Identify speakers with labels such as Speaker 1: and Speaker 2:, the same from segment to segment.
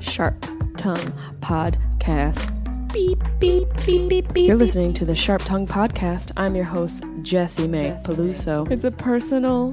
Speaker 1: Sharp Tongue Podcast. Beep, beep, beep, beep, beep. You're listening to the Sharp Tongue Podcast. I'm your host, Jessie May Peluso. It's a personal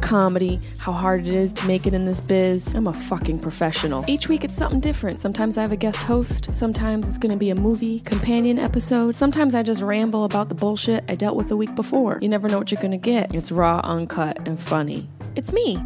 Speaker 1: comedy, how hard it is to make it in this biz. I'm a fucking professional. Each week it's something different. Sometimes I have a guest host, sometimes it's gonna be a movie, companion episode, sometimes I just ramble about the bullshit I dealt with the week before. You never know what you're gonna get. It's raw, uncut, and funny. It's me.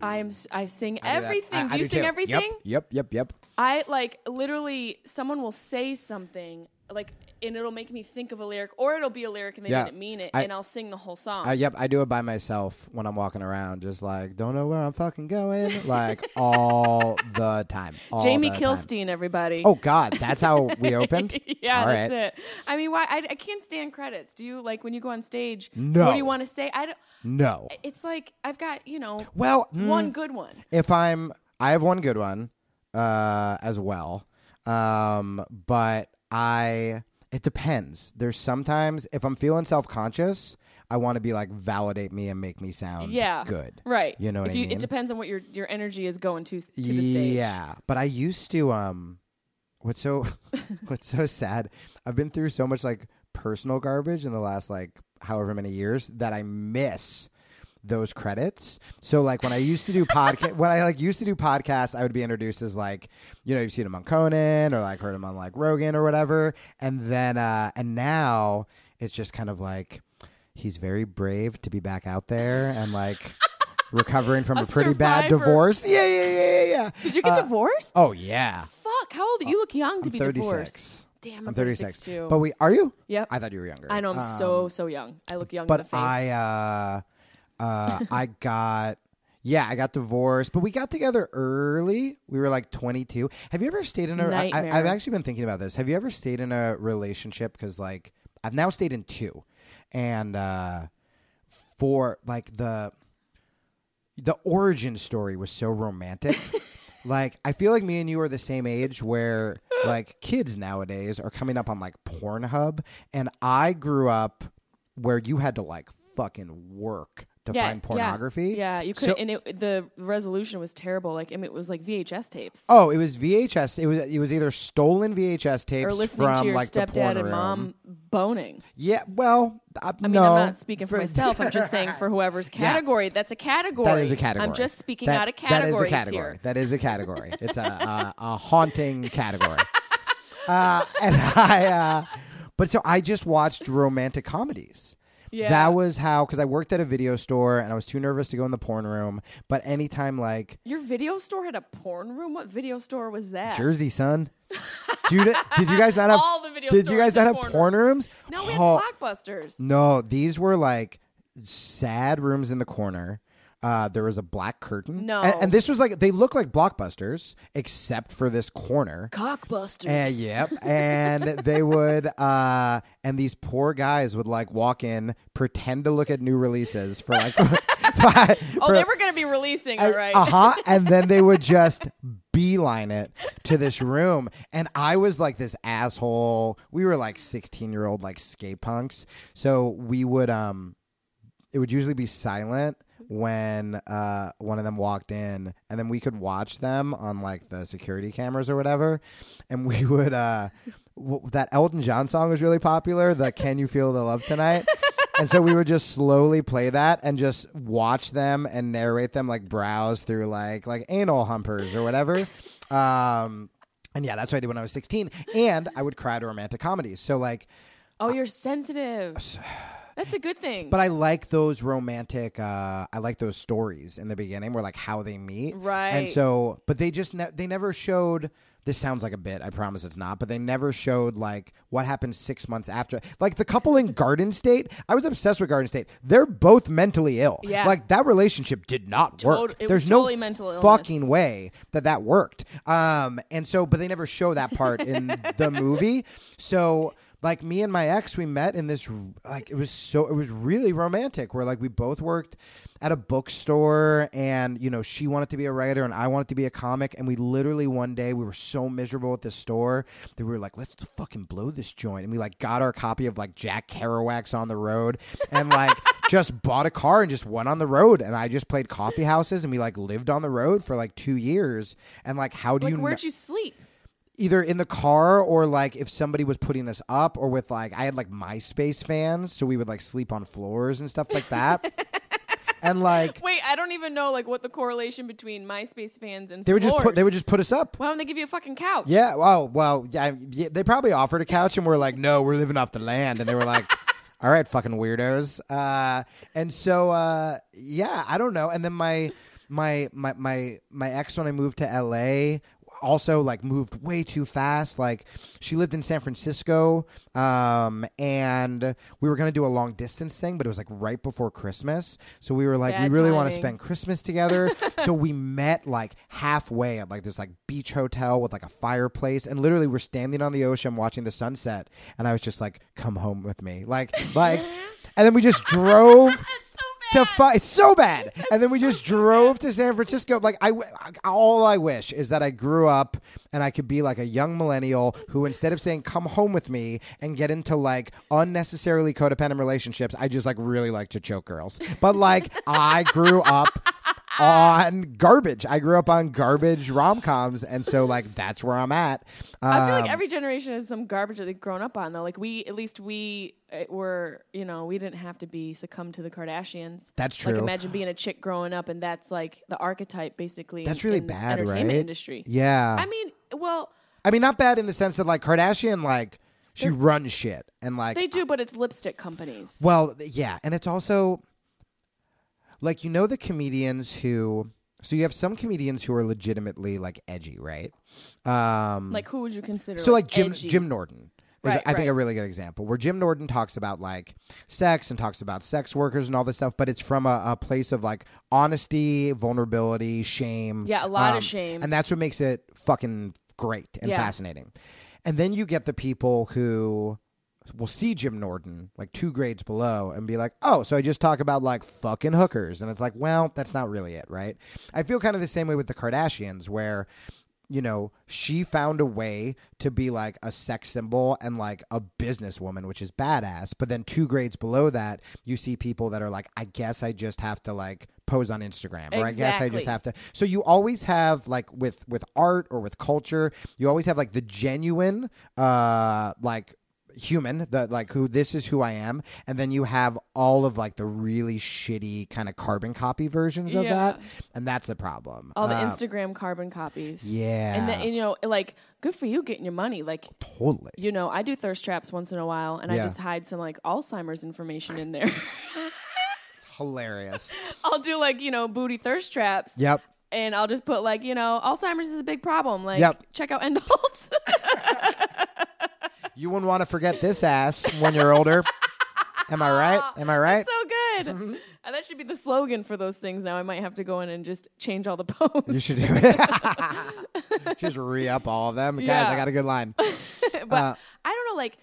Speaker 1: I am. s- I sing everything.
Speaker 2: I-
Speaker 1: do
Speaker 2: I
Speaker 1: you sing
Speaker 2: too.
Speaker 1: everything?
Speaker 2: Yep, yep, yep, yep.
Speaker 1: I like literally someone will say something like and it'll make me think of a lyric or it'll be a lyric and they
Speaker 2: Yeah.
Speaker 1: didn't mean it
Speaker 2: I-
Speaker 1: and I'll sing the whole song.
Speaker 2: Uh, yep, I do it by myself when I'm walking around, just like don't know where I'm fucking going, like all the time. all
Speaker 1: Jamie
Speaker 2: the time.
Speaker 1: Kilstein, everybody.
Speaker 2: Oh God, that's how we opened.
Speaker 1: yeah,
Speaker 2: All
Speaker 1: that's
Speaker 2: right.
Speaker 1: it. I mean, why I, I can't stand credits. Do you like when you go on stage?
Speaker 2: No.
Speaker 1: What do you want to say? I don't.
Speaker 2: No.
Speaker 1: It's like I've got you know
Speaker 2: Well, mm,
Speaker 1: one good one.
Speaker 2: if I'm, I have one good one uh, as well, um, but I it depends. There's sometimes if I'm feeling self conscious, I want to be like validate me and make me sound
Speaker 1: Yeah.
Speaker 2: good.
Speaker 1: Right.
Speaker 2: You know what
Speaker 1: if
Speaker 2: I
Speaker 1: you,
Speaker 2: mean?
Speaker 1: It depends on what your your energy is going to to the stage.
Speaker 2: Yeah, but I used to. Um, what's so what's so sad? I've been through so much like personal garbage in the last like however many years that I miss those credits. So like when I used to do podcast, when I like used to do podcasts, I would be introduced as like, you know, you've seen him on Conan or like heard him on like Rogan or whatever, and then uh and now it's just kind of like he's very brave to be back out there and like. Recovering from a,
Speaker 1: A
Speaker 2: pretty bad
Speaker 1: survivor.
Speaker 2: divorce. Yeah, yeah, yeah, yeah, yeah.
Speaker 1: Did you get
Speaker 2: Uh,
Speaker 1: divorced?
Speaker 2: Oh yeah.
Speaker 1: Fuck! How old? You look young to
Speaker 2: I'm
Speaker 1: be
Speaker 2: 36.
Speaker 1: divorced. Damn, I'm 36 too.
Speaker 2: But we are you?
Speaker 1: Yep.
Speaker 2: I thought you were younger.
Speaker 1: I know I'm
Speaker 2: Uh,
Speaker 1: so so young. I look young. in the
Speaker 2: But
Speaker 1: face.
Speaker 2: I uh uh I got yeah, I got divorced, but we got together early. We were like 22. Have you ever stayed in a? I,
Speaker 1: Nightmare.
Speaker 2: I, I've actually been thinking about this. Have you ever stayed in a relationship cuz like I've now stayed in two. And uh for like the the origin story was so romantic. like I feel like me and you are the same age where like kids nowadays are coming up on like Pornhub and I grew up where you had to like fucking work to find pornography.
Speaker 1: Yeah, you
Speaker 2: So-
Speaker 1: could. not and it, the resolution was terrible. Like I mean, it was like VHS tapes.
Speaker 2: Oh, it was VHS. It was it was either stolen VHS tapes
Speaker 1: or listening
Speaker 2: from
Speaker 1: to your
Speaker 2: like the
Speaker 1: stepdad
Speaker 2: porn
Speaker 1: and
Speaker 2: room.
Speaker 1: mom boning.
Speaker 2: Yeah, well, I,
Speaker 1: I mean,
Speaker 2: no.
Speaker 1: I'm not speaking for myself. I'm just saying for whoever's category. That's a category.
Speaker 2: That is a category.
Speaker 1: I'm just speaking
Speaker 2: That-
Speaker 1: out of categories
Speaker 2: That is a category.
Speaker 1: here.
Speaker 2: That is a category. it's a, a, a haunting category. uh, and I, uh, but so I just watched romantic comedies.
Speaker 1: Yeah.
Speaker 2: That was how, because I worked at a video store and I was too nervous to go in the porn room. But anytime, like,
Speaker 1: Your video store had a porn room. What video store was that?
Speaker 2: Jersey, son. Dude, did you guys not have
Speaker 1: All the video
Speaker 2: Did you
Speaker 1: stores
Speaker 2: guys
Speaker 1: had
Speaker 2: not have
Speaker 1: porn
Speaker 2: porn, rooms?
Speaker 1: No, we had
Speaker 2: Oh,
Speaker 1: blockbusters.
Speaker 2: No, these were like sad rooms in the corner. Uh, there was a black curtain.
Speaker 1: No.
Speaker 2: and, and this was like they look like blockbusters except for this corner.
Speaker 1: Cockbusters.
Speaker 2: And yep, and they would, uh, and these poor guys would like walk in, pretend to look at new releases for like, five,
Speaker 1: Oh, they were going to be releasing, all right.
Speaker 2: uh huh. And then they would just beeline it to this room. And I was like this asshole. We were like 16 year old, like skate punks. So we would, um, it would usually be silent when uh, one of them walked in, and then we could watch them on like the security cameras or whatever, and we would. Uh, w- that Elton John song was really popular. The "Can You Feel the Love Tonight." And so we would just slowly play that and just watch them and narrate them, like browse through like like anal humpers or whatever. Um, and yeah, that's what I did when I was 16. And I would cry to romantic comedies. So like
Speaker 1: Oh, you're sensitive. That's a good thing.
Speaker 2: but I like those romantic. Uh, I like those stories in the beginning, where like how they meet, And
Speaker 1: Right.
Speaker 2: so, but they just ne- they never showed. This sounds like a bit. I promise it's not. But they never showed like what happened six months after. Like the couple in Garden State. I was obsessed with Garden State. They're both mentally ill.
Speaker 1: Yeah.
Speaker 2: Like that relationship did not work.
Speaker 1: Tot- it was
Speaker 2: There's
Speaker 1: totally
Speaker 2: no
Speaker 1: mental illness.
Speaker 2: fucking way that that worked. Um, and so, but they never show that part in the movie. So, like me and my ex, we met in this like it was so it was really romantic. Where like we both worked at a bookstore, and you know she wanted to be a writer and I wanted to be a comic, and we literally one day we were so miserable at this store that we were like, let's fucking blow this joint, and we like got our copy of like Jack Kerouac's On the Road, and like. just bought a car and just went on the road and I just played coffee houses and we like lived on the road for like 2 years and like how do
Speaker 1: like,
Speaker 2: you kn-
Speaker 1: where'd you sleep?
Speaker 2: either in the car or like if somebody was putting us up or with like I had like MySpace fans so we would like sleep on floors and stuff like that. and like
Speaker 1: Wait, I don't even know like what the correlation between MySpace fans and
Speaker 2: they would just put
Speaker 1: floors.
Speaker 2: they would just put us up.
Speaker 1: Why don't they give you a fucking couch?
Speaker 2: Yeah, well, well, yeah, yeah, they probably offered a couch and we're like, "No, we're living off the land." And they were like, "All right, fucking weirdos." Uh and so uh yeah, I don't know. And then my my my my my ex when I moved to LA also like moved way too fast like she lived in San Francisco um and we were going to do a long distance thing but it was like right before Christmas so we were like
Speaker 1: Bad
Speaker 2: we really want to
Speaker 1: timing.
Speaker 2: spend Christmas together. so we met like halfway at like this like beach hotel with like a fireplace and literally we're standing on the ocean watching the sunset and I was just like come home with me. Like like and then we just drove to fi- it's so bad. And then we just drove to San Francisco. Like I, w- all I wish is that I grew up and I could be like a young millennial who, instead of saying "come home with me" and get into like unnecessarily codependent relationships, I just like really like to choke girls. But like I grew up on garbage. I grew up on garbage rom coms, and so like that's where I'm at.
Speaker 1: I feel
Speaker 2: Um,
Speaker 1: like every generation has some garbage that they've grown up on, though. Like we, at least we uh, were, you know, we didn't have to be succumb to the Kardashians.
Speaker 2: That's
Speaker 1: Like
Speaker 2: true.
Speaker 1: imagine being a chick growing up, and that's like the archetype, basically.
Speaker 2: that's
Speaker 1: in-
Speaker 2: really
Speaker 1: in the
Speaker 2: bad, right?
Speaker 1: entertainment industry.
Speaker 2: Yeah.
Speaker 1: I mean, well,
Speaker 2: I mean, not bad in the sense that like Kardashian, like she runs shit and like
Speaker 1: they do, but it's lipstick companies.
Speaker 2: Well, th- yeah, and it's also like you know the comedians who so you have some comedians who are legitimately like edgy, right? Um
Speaker 1: like, who would you consider?
Speaker 2: so like Jim
Speaker 1: edgy?
Speaker 2: Jim Norton. Is,
Speaker 1: Right,
Speaker 2: I think a
Speaker 1: right.
Speaker 2: really good example where Jim Norton talks about like sex and talks about sex workers and all this stuff, but it's from a, a place of like honesty, vulnerability, shame. um,
Speaker 1: Yeah, a lot of shame.
Speaker 2: And that's what makes it fucking great and
Speaker 1: Yeah.
Speaker 2: fascinating. And then you get the people who will see Jim Norton like two grades below and be like, oh, so I just talk about like fucking hookers. And it's like, well, that's not really it, right? I feel kind of the same way with the Kardashians, where, you know, she found a way to be like a sex symbol and like a businesswoman, which is badass. But then two grades below that, you see people that are like, I guess I just have to like pose on Instagram or I guess I just
Speaker 1: Exactly.
Speaker 2: have to so you always have like with with art or with culture you always have like the genuine uh like human the like who this is who i am and then you have all of like the really shitty kind of carbon copy versions of
Speaker 1: Yeah.
Speaker 2: that and that's the problem
Speaker 1: all the
Speaker 2: Uh,
Speaker 1: Instagram carbon copies.
Speaker 2: yeah
Speaker 1: And then you know, like, good for you getting your money. Like,
Speaker 2: totally
Speaker 1: you know, I do thirst traps once in a while, and
Speaker 2: Yeah.
Speaker 1: I just hide some like Alzheimer's information in there.
Speaker 2: it's hilarious
Speaker 1: I'll do like you know booty thirst traps.
Speaker 2: yep
Speaker 1: And I'll just put like you know Alzheimer's is a big problem. Like
Speaker 2: Yep.
Speaker 1: check out Endolts.
Speaker 2: you wouldn't want to forget this ass when you're older am i right am i right
Speaker 1: so good.
Speaker 2: Mm-hmm.
Speaker 1: And that should be the slogan for those things. Now I might have to go in and just change all the posts.
Speaker 2: you should do it just re-up all of them guys i
Speaker 1: Yeah.
Speaker 2: got a good line
Speaker 1: but I don't know, like,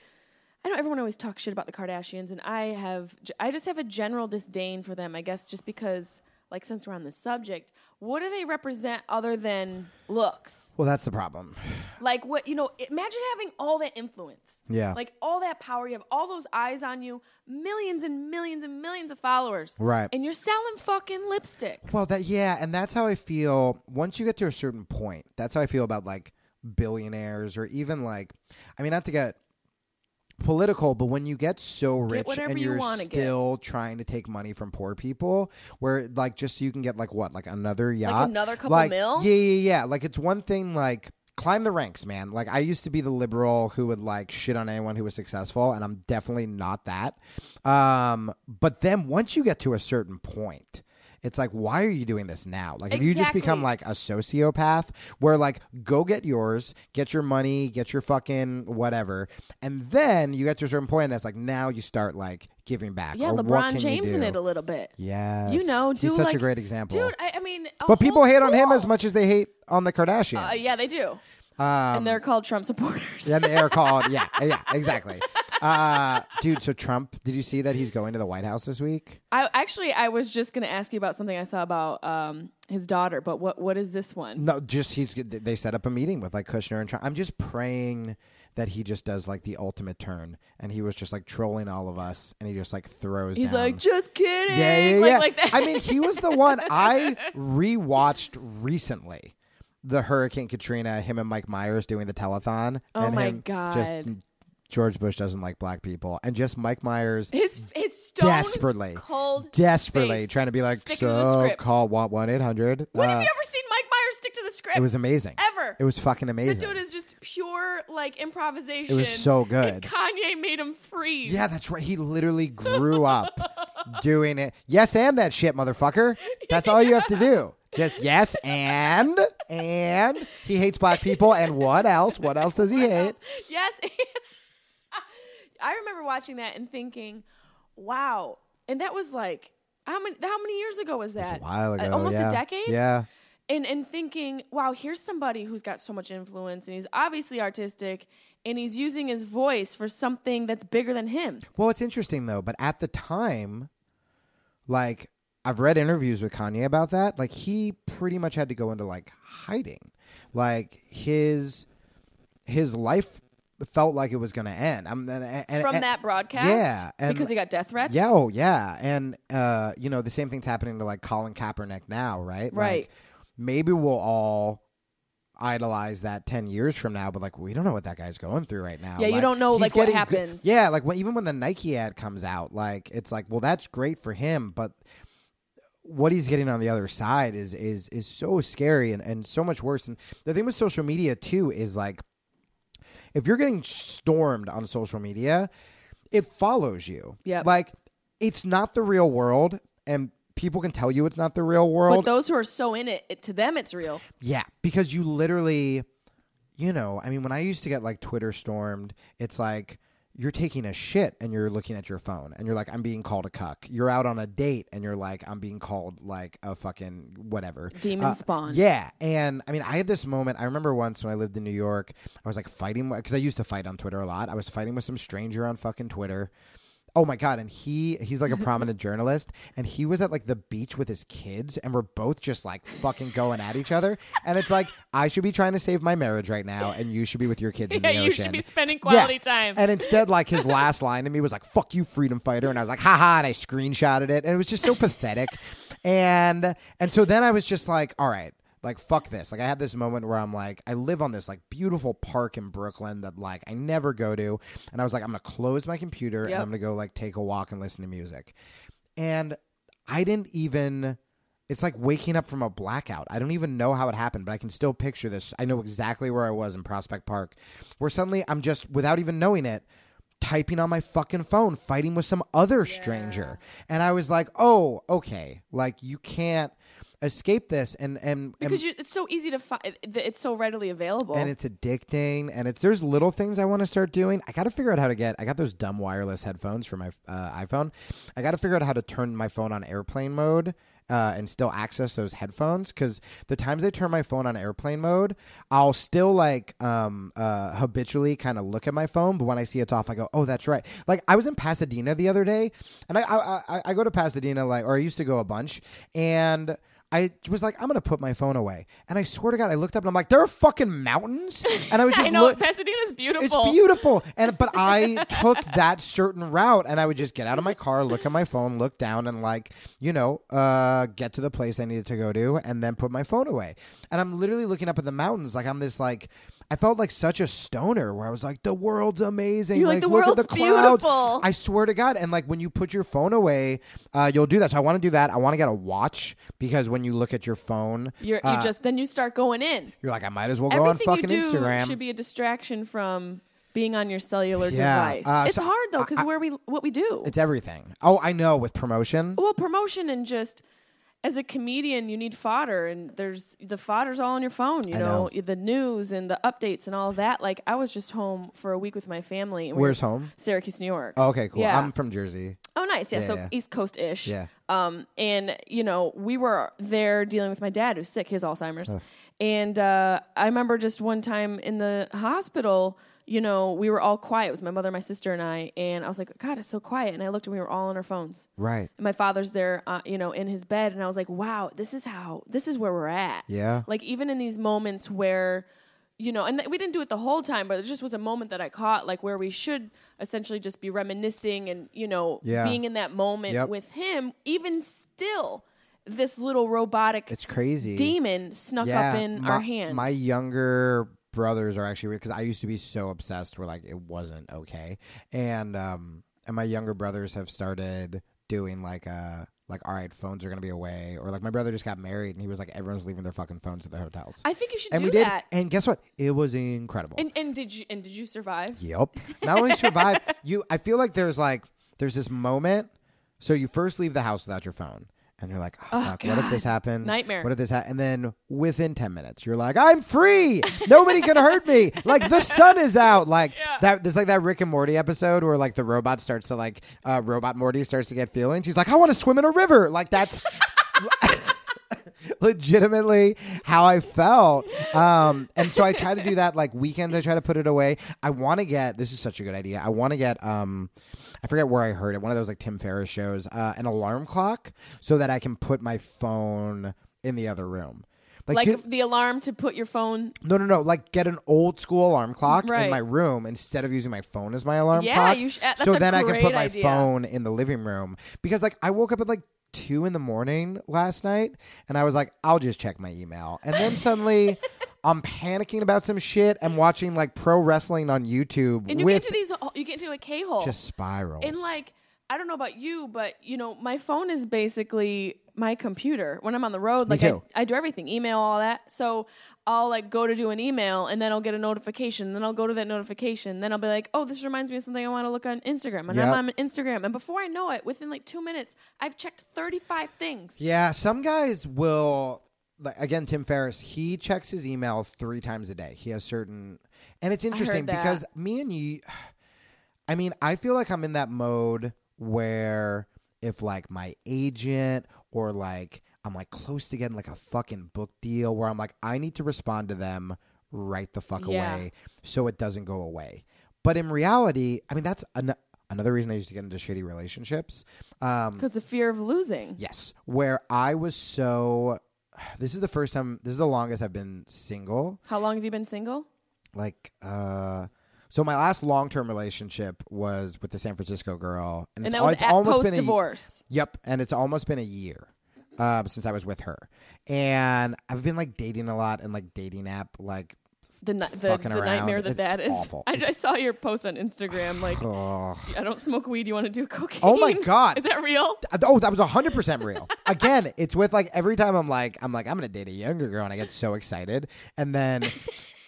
Speaker 1: I know everyone always talks shit about the Kardashians, and I have, I just have a general disdain for them, I guess, just because like since we're on the subject, what do they represent other than looks?
Speaker 2: Well, that's the problem.
Speaker 1: Like what you know, imagine having all that influence.
Speaker 2: Yeah.
Speaker 1: Like all that power, you have all those eyes on you, millions and millions and millions of followers.
Speaker 2: Right.
Speaker 1: And you're selling fucking lipsticks.
Speaker 2: Well, that yeah, and that's how I feel. Once you get to a certain point, that's how I feel about like billionaires or even like, I mean, not to get political, but when you get so rich
Speaker 1: whatever
Speaker 2: and
Speaker 1: you
Speaker 2: you're
Speaker 1: wanna get.
Speaker 2: still trying to take money from poor people, where like just so you can get like what like another yacht,
Speaker 1: another couple
Speaker 2: Like,
Speaker 1: mil?
Speaker 2: Yeah, yeah, yeah. Like it's one thing like. Climb the ranks, man. Like I used to be the liberal who would like shit on anyone who was successful, and I'm definitely not that. Um, but then once you get to a certain point, it's like, why are you doing this now? Like, if you just become
Speaker 1: Exactly.
Speaker 2: like like a sociopath where like go get yours, get your money, get your fucking whatever, and then you get to a certain point and it's like now you start like giving back.
Speaker 1: yeah,
Speaker 2: or uh, what
Speaker 1: LeBron
Speaker 2: can
Speaker 1: James
Speaker 2: you do?
Speaker 1: in it a little bit.
Speaker 2: Yes,
Speaker 1: You know,
Speaker 2: he's
Speaker 1: do
Speaker 2: such
Speaker 1: like-
Speaker 2: a great example.
Speaker 1: Dude, I, I mean, a
Speaker 2: but people
Speaker 1: whole
Speaker 2: hate on him as
Speaker 1: school.
Speaker 2: much as they hate on the Kardashians.
Speaker 1: Oh, Uh, yeah, they do.
Speaker 2: Um,
Speaker 1: and they're called Trump supporters.
Speaker 2: Then they are called. Yeah, yeah, exactly. Uh, dude, so Trump, did you see that he's going to the White House this week?
Speaker 1: I actually I was just going to ask you about something I saw about um, his daughter, but what what is this one?
Speaker 2: No, just he's. They set up a meeting with like Kushner and Trump. I'm just praying that he just does like the ultimate turn, and he was just like trolling all of us, and he just like throws.
Speaker 1: He's
Speaker 2: down.
Speaker 1: like, just kidding.
Speaker 2: yeah, yeah,
Speaker 1: like,
Speaker 2: yeah.
Speaker 1: like that.
Speaker 2: I mean, he was the one I rewatched recently. The Hurricane Katrina, him and Mike Myers doing the telethon,
Speaker 1: Oh
Speaker 2: and
Speaker 1: my
Speaker 2: him just
Speaker 1: God.
Speaker 2: George Bush doesn't like black people, and just Mike Myers
Speaker 1: his his stone
Speaker 2: desperately,
Speaker 1: cold,
Speaker 2: desperately
Speaker 1: face.
Speaker 2: trying to be like,
Speaker 1: Stick it to the
Speaker 2: so
Speaker 1: script."
Speaker 2: call one eight hundred.
Speaker 1: When have you ever seen Mike Myers stick to the script?
Speaker 2: Uh, It was amazing.
Speaker 1: Ever.
Speaker 2: It was fucking amazing.
Speaker 1: That dude is just pure like improvisation.
Speaker 2: so good.
Speaker 1: And Kanye made him freeze.
Speaker 2: Yeah, that's right. He literally grew up doing it. Yes, and that shit, motherfucker. That's all you have to do. Just yes, and and he hates black people. And what else? What else does he hate?
Speaker 1: Yes. I remember watching that and thinking, wow. And that was like how many how many years ago was that?
Speaker 2: A while
Speaker 1: Uh,
Speaker 2: ago,
Speaker 1: almost
Speaker 2: yeah.
Speaker 1: a decade?
Speaker 2: Yeah,
Speaker 1: and and thinking, wow, here's somebody who's got so much influence and he's obviously artistic and he's using his voice for something that's bigger than him.
Speaker 2: Well, it's interesting though, but at the time, like I've read interviews with Kanye about that. Like he pretty much had to go into like hiding. Like his his life felt like it was going to end. I'm and, and-
Speaker 1: From
Speaker 2: and-
Speaker 1: that broadcast?
Speaker 2: yeah, and-
Speaker 1: because he got death threats?
Speaker 2: Yeah, oh yeah, and uh, you know the same thing's happening to like Colin Kaepernick now, right?
Speaker 1: Right.
Speaker 2: Like, maybe we'll all idolize that 10 years from now but like we don't know what that guy's going through right now
Speaker 1: Yeah, you don't know,
Speaker 2: he's
Speaker 1: like, what
Speaker 2: getting good-
Speaker 1: happens.
Speaker 2: yeah like when, even when the nike ad comes out like it's like well that's great for him but what he's getting on the other side is is is so scary and, and so much worse and the thing with social media too is like if you're getting stormed on social media it follows you
Speaker 1: Yep.
Speaker 2: like it's not the real world and people can tell you it's not the real world
Speaker 1: But those who are so in it, it to them it's real.
Speaker 2: yeah, because you literally, you know, I mean, when I used to get like Twitter stormed, it's like you're taking a shit and you're looking at your phone and you're like, I'm being called a cuck. You're out on a date and you're like, I'm being called like a fucking whatever. Uh,
Speaker 1: Demon spawn.
Speaker 2: Yeah. And I mean, I had this moment. I remember once when I lived in New York, I was like fighting because I used to fight on Twitter a lot. I was fighting with some stranger on fucking Twitter. Oh my god! And he he's like a prominent journalist, and he was at like the beach with his kids, and we're both just like fucking going at each other. And it's like I should be trying to save my marriage right now, and you should be with your kids in the
Speaker 1: Yeah,
Speaker 2: ocean.
Speaker 1: you should be spending quality time.
Speaker 2: And instead, like his last line to me was like "fuck you, freedom fighter," and I was like "haha," and I screenshotted it, and it was just so pathetic. And and so then I was just like, all right. Like fuck this. Like I had this moment where I'm like, I live on this like beautiful park in Brooklyn that like I never go to, and I was like, I'm gonna close my computer and
Speaker 1: Yep.
Speaker 2: I'm gonna go like take a walk and listen to music, and I didn't even. It's like waking up from a blackout. I don't even know how it happened, but I can still picture this. I know exactly where I was in Prospect Park, where suddenly I'm just, without even knowing it, typing on my fucking phone, fighting with some other stranger. And I was like, oh, okay. Like, you can't. escape this and and and,
Speaker 1: because you, it's so easy to find. It's so readily available.
Speaker 2: and it's addicting and it's there's little things I want to start doing. I got to figure out how to get. I got those dumb wireless headphones for my uh, iPhone. I got to figure out how to turn my phone on airplane mode. Uh, and still access those headphones because the times I turn my phone on airplane mode, I'll still like um, uh, habitually kind of look at my phone. But when I see it's off, I go, "Oh, that's right." Like I was in Pasadena the other day, and I I, I, I go to Pasadena like, or I used to go a bunch, and I was like, I'm gonna put my phone away. And I swear to God, I looked up and I'm like, there are fucking mountains. And I was just
Speaker 1: I know
Speaker 2: look-
Speaker 1: Pasadena's beautiful.
Speaker 2: It's beautiful. And but I took that certain route and I would just get out of my car, look at my phone, look down and like, you know, uh, get to the place I needed to go to and then put my phone away. And I'm literally looking up at the mountains like I'm this like I felt like such a stoner where I was like, the world's amazing.
Speaker 1: You're like, "The
Speaker 2: look at the
Speaker 1: world's
Speaker 2: clouds.
Speaker 1: beautiful."
Speaker 2: I swear to God. And like when you put your phone away, uh, you'll do that. So I want to do that. I want to get a watch because when you look at your phone,
Speaker 1: You're, you
Speaker 2: uh,
Speaker 1: just then you start going in.
Speaker 2: you're like, I might as well go on
Speaker 1: Everything
Speaker 2: fucking
Speaker 1: you do
Speaker 2: Instagram.
Speaker 1: should be a distraction from being on your cellular
Speaker 2: Yeah,
Speaker 1: device.
Speaker 2: uh,
Speaker 1: it's
Speaker 2: so
Speaker 1: hard though because where we what we do.
Speaker 2: It's everything. Oh, I know with promotion.
Speaker 1: well, promotion and just as a comedian, you need fodder, and there's the fodder's all on your phone. You
Speaker 2: I
Speaker 1: know,
Speaker 2: know.
Speaker 1: the news and the updates and all that. Like I was just home for a week with my family. and we
Speaker 2: Where's
Speaker 1: were-
Speaker 2: home?
Speaker 1: Syracuse, New York.
Speaker 2: Oh, okay, cool.
Speaker 1: Yeah.
Speaker 2: I'm from Jersey.
Speaker 1: Oh, nice. Yeah. so
Speaker 2: yeah.
Speaker 1: East Coast ish.
Speaker 2: Yeah.
Speaker 1: Um, and you know, we were there dealing with my dad who's sick, his Alzheimer's. And uh, I remember just one time in the hospital, you know, we were all quiet. It was my mother, my sister, and I. And I was like, God, it's so quiet. And I looked and we were all on our phones.
Speaker 2: Right.
Speaker 1: And my father's there, uh, you know, in his bed. And I was like, wow, this is how, this is where we're at.
Speaker 2: Yeah.
Speaker 1: Like, even in these moments where, you know, and th- we didn't do it the whole time, but it just was a moment that I caught, like, where we should essentially just be reminiscing and, you know,
Speaker 2: Yeah.
Speaker 1: being in that moment
Speaker 2: Yep.
Speaker 1: with him. Even still, this little robotic
Speaker 2: It's crazy.
Speaker 1: demon snuck
Speaker 2: yeah.
Speaker 1: up in
Speaker 2: my,
Speaker 1: our hand.
Speaker 2: My younger brothers are actually because I used to be so obsessed where like it wasn't okay, and um and my younger brothers have started doing like a. Like, all right, phones are gonna be away, or like my brother just got married, and he was like, everyone's leaving their fucking phones at their hotels,
Speaker 1: I think you should
Speaker 2: and
Speaker 1: do
Speaker 2: we did,
Speaker 1: that.
Speaker 2: and guess what? It was incredible.
Speaker 1: And, and did you and did you survive?
Speaker 2: Yep. Not only survive, you I feel like there's like there's this moment. So you first leave the house without your phone. And you're like, oh, fuck, what if this happens?
Speaker 1: Nightmare.
Speaker 2: What if this happens? And then within 10 minutes, you're like, I'm free. Nobody can hurt me. Like the sun is out. Like that, there's like that Rick and Morty episode where like the robot starts to like, uh, robot Morty starts to get feelings. He's like, I want to swim in a river. Like that's, legitimately how I felt. Um, and so I try to do that like weekends. I try to put it away. I want to get this is such a good idea. I want to get um, I forget where I heard it. One of those like Tim Ferriss shows. Uh, an alarm clock so that I can put my phone in the other room.
Speaker 1: Like
Speaker 2: do-
Speaker 1: the alarm to put your phone.
Speaker 2: no, no, no. Like get an old school alarm clock
Speaker 1: Right.
Speaker 2: in my room instead of using my phone as my alarm
Speaker 1: Yeah,
Speaker 2: clock.
Speaker 1: you sh- uh, that's
Speaker 2: so
Speaker 1: a
Speaker 2: then I can
Speaker 1: great
Speaker 2: put my
Speaker 1: idea.
Speaker 2: phone in the living room because like I woke up at like two in the morning last night and I was like, I'll just check my email, and then suddenly. I'm panicking about some shit. I'm watching like pro wrestling on YouTube
Speaker 1: And you
Speaker 2: with
Speaker 1: get into these. You get into a K hole.
Speaker 2: just spirals.
Speaker 1: And like, I don't know about you, but you know, my phone is basically my computer when I'm on the road. Like,
Speaker 2: too.
Speaker 1: I, I do everything, email, all that. So I'll like go to do an email, and then I'll get a notification. Then I'll go to that notification. Then I'll be like, oh, this reminds me of something I want to look on Instagram, and
Speaker 2: Yep.
Speaker 1: I'm on Instagram. And before I know it, within like two minutes, I've checked 35 things.
Speaker 2: Yeah, some guys will like again Tim Ferriss, he checks his email 3 times a day. He has certain and it's interesting
Speaker 1: that.
Speaker 2: because me and you I mean, I feel like I'm in that mode where if like my agent or like I'm like close to getting like a fucking book deal where I'm like I need to respond to them right the fuck
Speaker 1: Yeah.
Speaker 2: away so it doesn't go away. But in reality, I mean that's an- another reason I used to get into shitty relationships. Um
Speaker 1: Because the fear of losing.
Speaker 2: Yes, where I was so. This is the first time. This is the longest I've been single.
Speaker 1: How long have you been single?
Speaker 2: Like, uh, so my last long term relationship was with the San Francisco girl,
Speaker 1: And
Speaker 2: it's
Speaker 1: that
Speaker 2: al-
Speaker 1: was
Speaker 2: it's
Speaker 1: at
Speaker 2: almost
Speaker 1: post
Speaker 2: been a ye-
Speaker 1: divorce.
Speaker 2: Yep, and it's almost been a year uh, since I was with her, and I've been like dating a lot and like dating app like.
Speaker 1: The, ni- the,
Speaker 2: Fucking
Speaker 1: the nightmare
Speaker 2: around.
Speaker 1: that that
Speaker 2: It's
Speaker 1: is.
Speaker 2: awful.
Speaker 1: I, I saw your post on Instagram. Like,
Speaker 2: Ugh.
Speaker 1: I don't smoke weed. You want to do cocaine?
Speaker 2: Oh my God.
Speaker 1: Is that real?
Speaker 2: Oh, that was hundred percent real. Again, it's with like every time I'm like, I'm like, I'm gonna date a younger girl, and I get so excited, and then.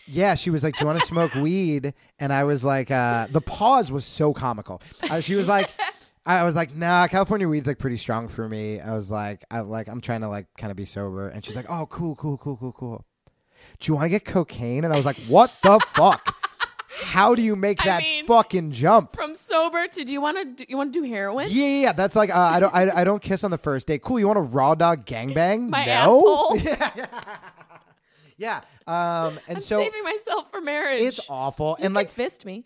Speaker 2: Yeah, she was like, "Do you want to smoke weed?" And I was like, uh, "The pause was so comical." Uh, she was like, I was like, nah, California weed's like pretty strong for me. I was like, I like, I'm trying to like kind of be sober. And she's like, oh, cool, cool, cool, cool, cool. Do you want to get cocaine? And I was like, what the fuck? How do you make
Speaker 1: I
Speaker 2: that
Speaker 1: mean-
Speaker 2: fucking jump?
Speaker 1: From sober to do you want to do you want to do heroin?
Speaker 2: Yeah, yeah, yeah. That's like uh, I don't, I, I don't kiss on the first date. Cool. You want a raw dog gangbang?
Speaker 1: My asshole.
Speaker 2: no. Yeah. Um. And
Speaker 1: I'm
Speaker 2: so
Speaker 1: saving myself for marriage.
Speaker 2: it's awful.
Speaker 1: You
Speaker 2: and
Speaker 1: can
Speaker 2: like
Speaker 1: fist me.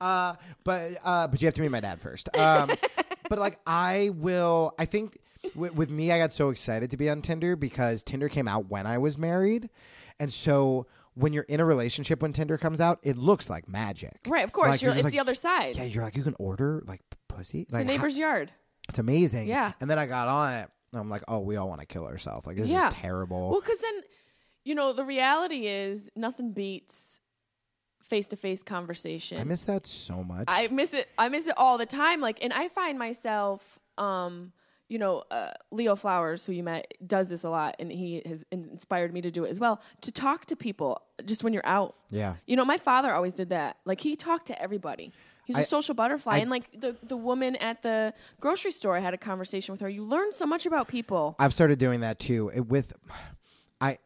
Speaker 2: uh, but uh, but you have to meet my dad first. Um, but like I will. I think w- with me, I got so excited to be on Tinder because Tinder came out when I was married, and so when you're in a relationship when Tinder comes out, it looks like magic.
Speaker 1: Right, of course.
Speaker 2: Like,
Speaker 1: you're,
Speaker 2: just
Speaker 1: it's
Speaker 2: like-
Speaker 1: the other side.
Speaker 2: Yeah, you're like you can order like p- pussy.
Speaker 1: the
Speaker 2: like,
Speaker 1: neighbor's yard.
Speaker 2: it's amazing.
Speaker 1: Yeah.
Speaker 2: And then I got on it. And I'm like, oh, we all want to kill ourselves. Like this
Speaker 1: Yeah.
Speaker 2: is terrible.
Speaker 1: Well, because then, you know, the reality is nothing beats face to face conversation.
Speaker 2: I miss that so much.
Speaker 1: I miss it. I miss it all the time. Like, and I find myself, um, you know, uh, Leo Flowers, who you met, does this a lot, and he has in- inspired me to do it as well. To talk to people just when you're out.
Speaker 2: Yeah.
Speaker 1: You know, my father always did that. Like, he talked to everybody. He's a
Speaker 2: I-
Speaker 1: social butterfly,
Speaker 2: I-
Speaker 1: and like the the woman at the grocery store, I had a conversation with her. You learn so much about people.
Speaker 2: I've started doing that too. It, with, I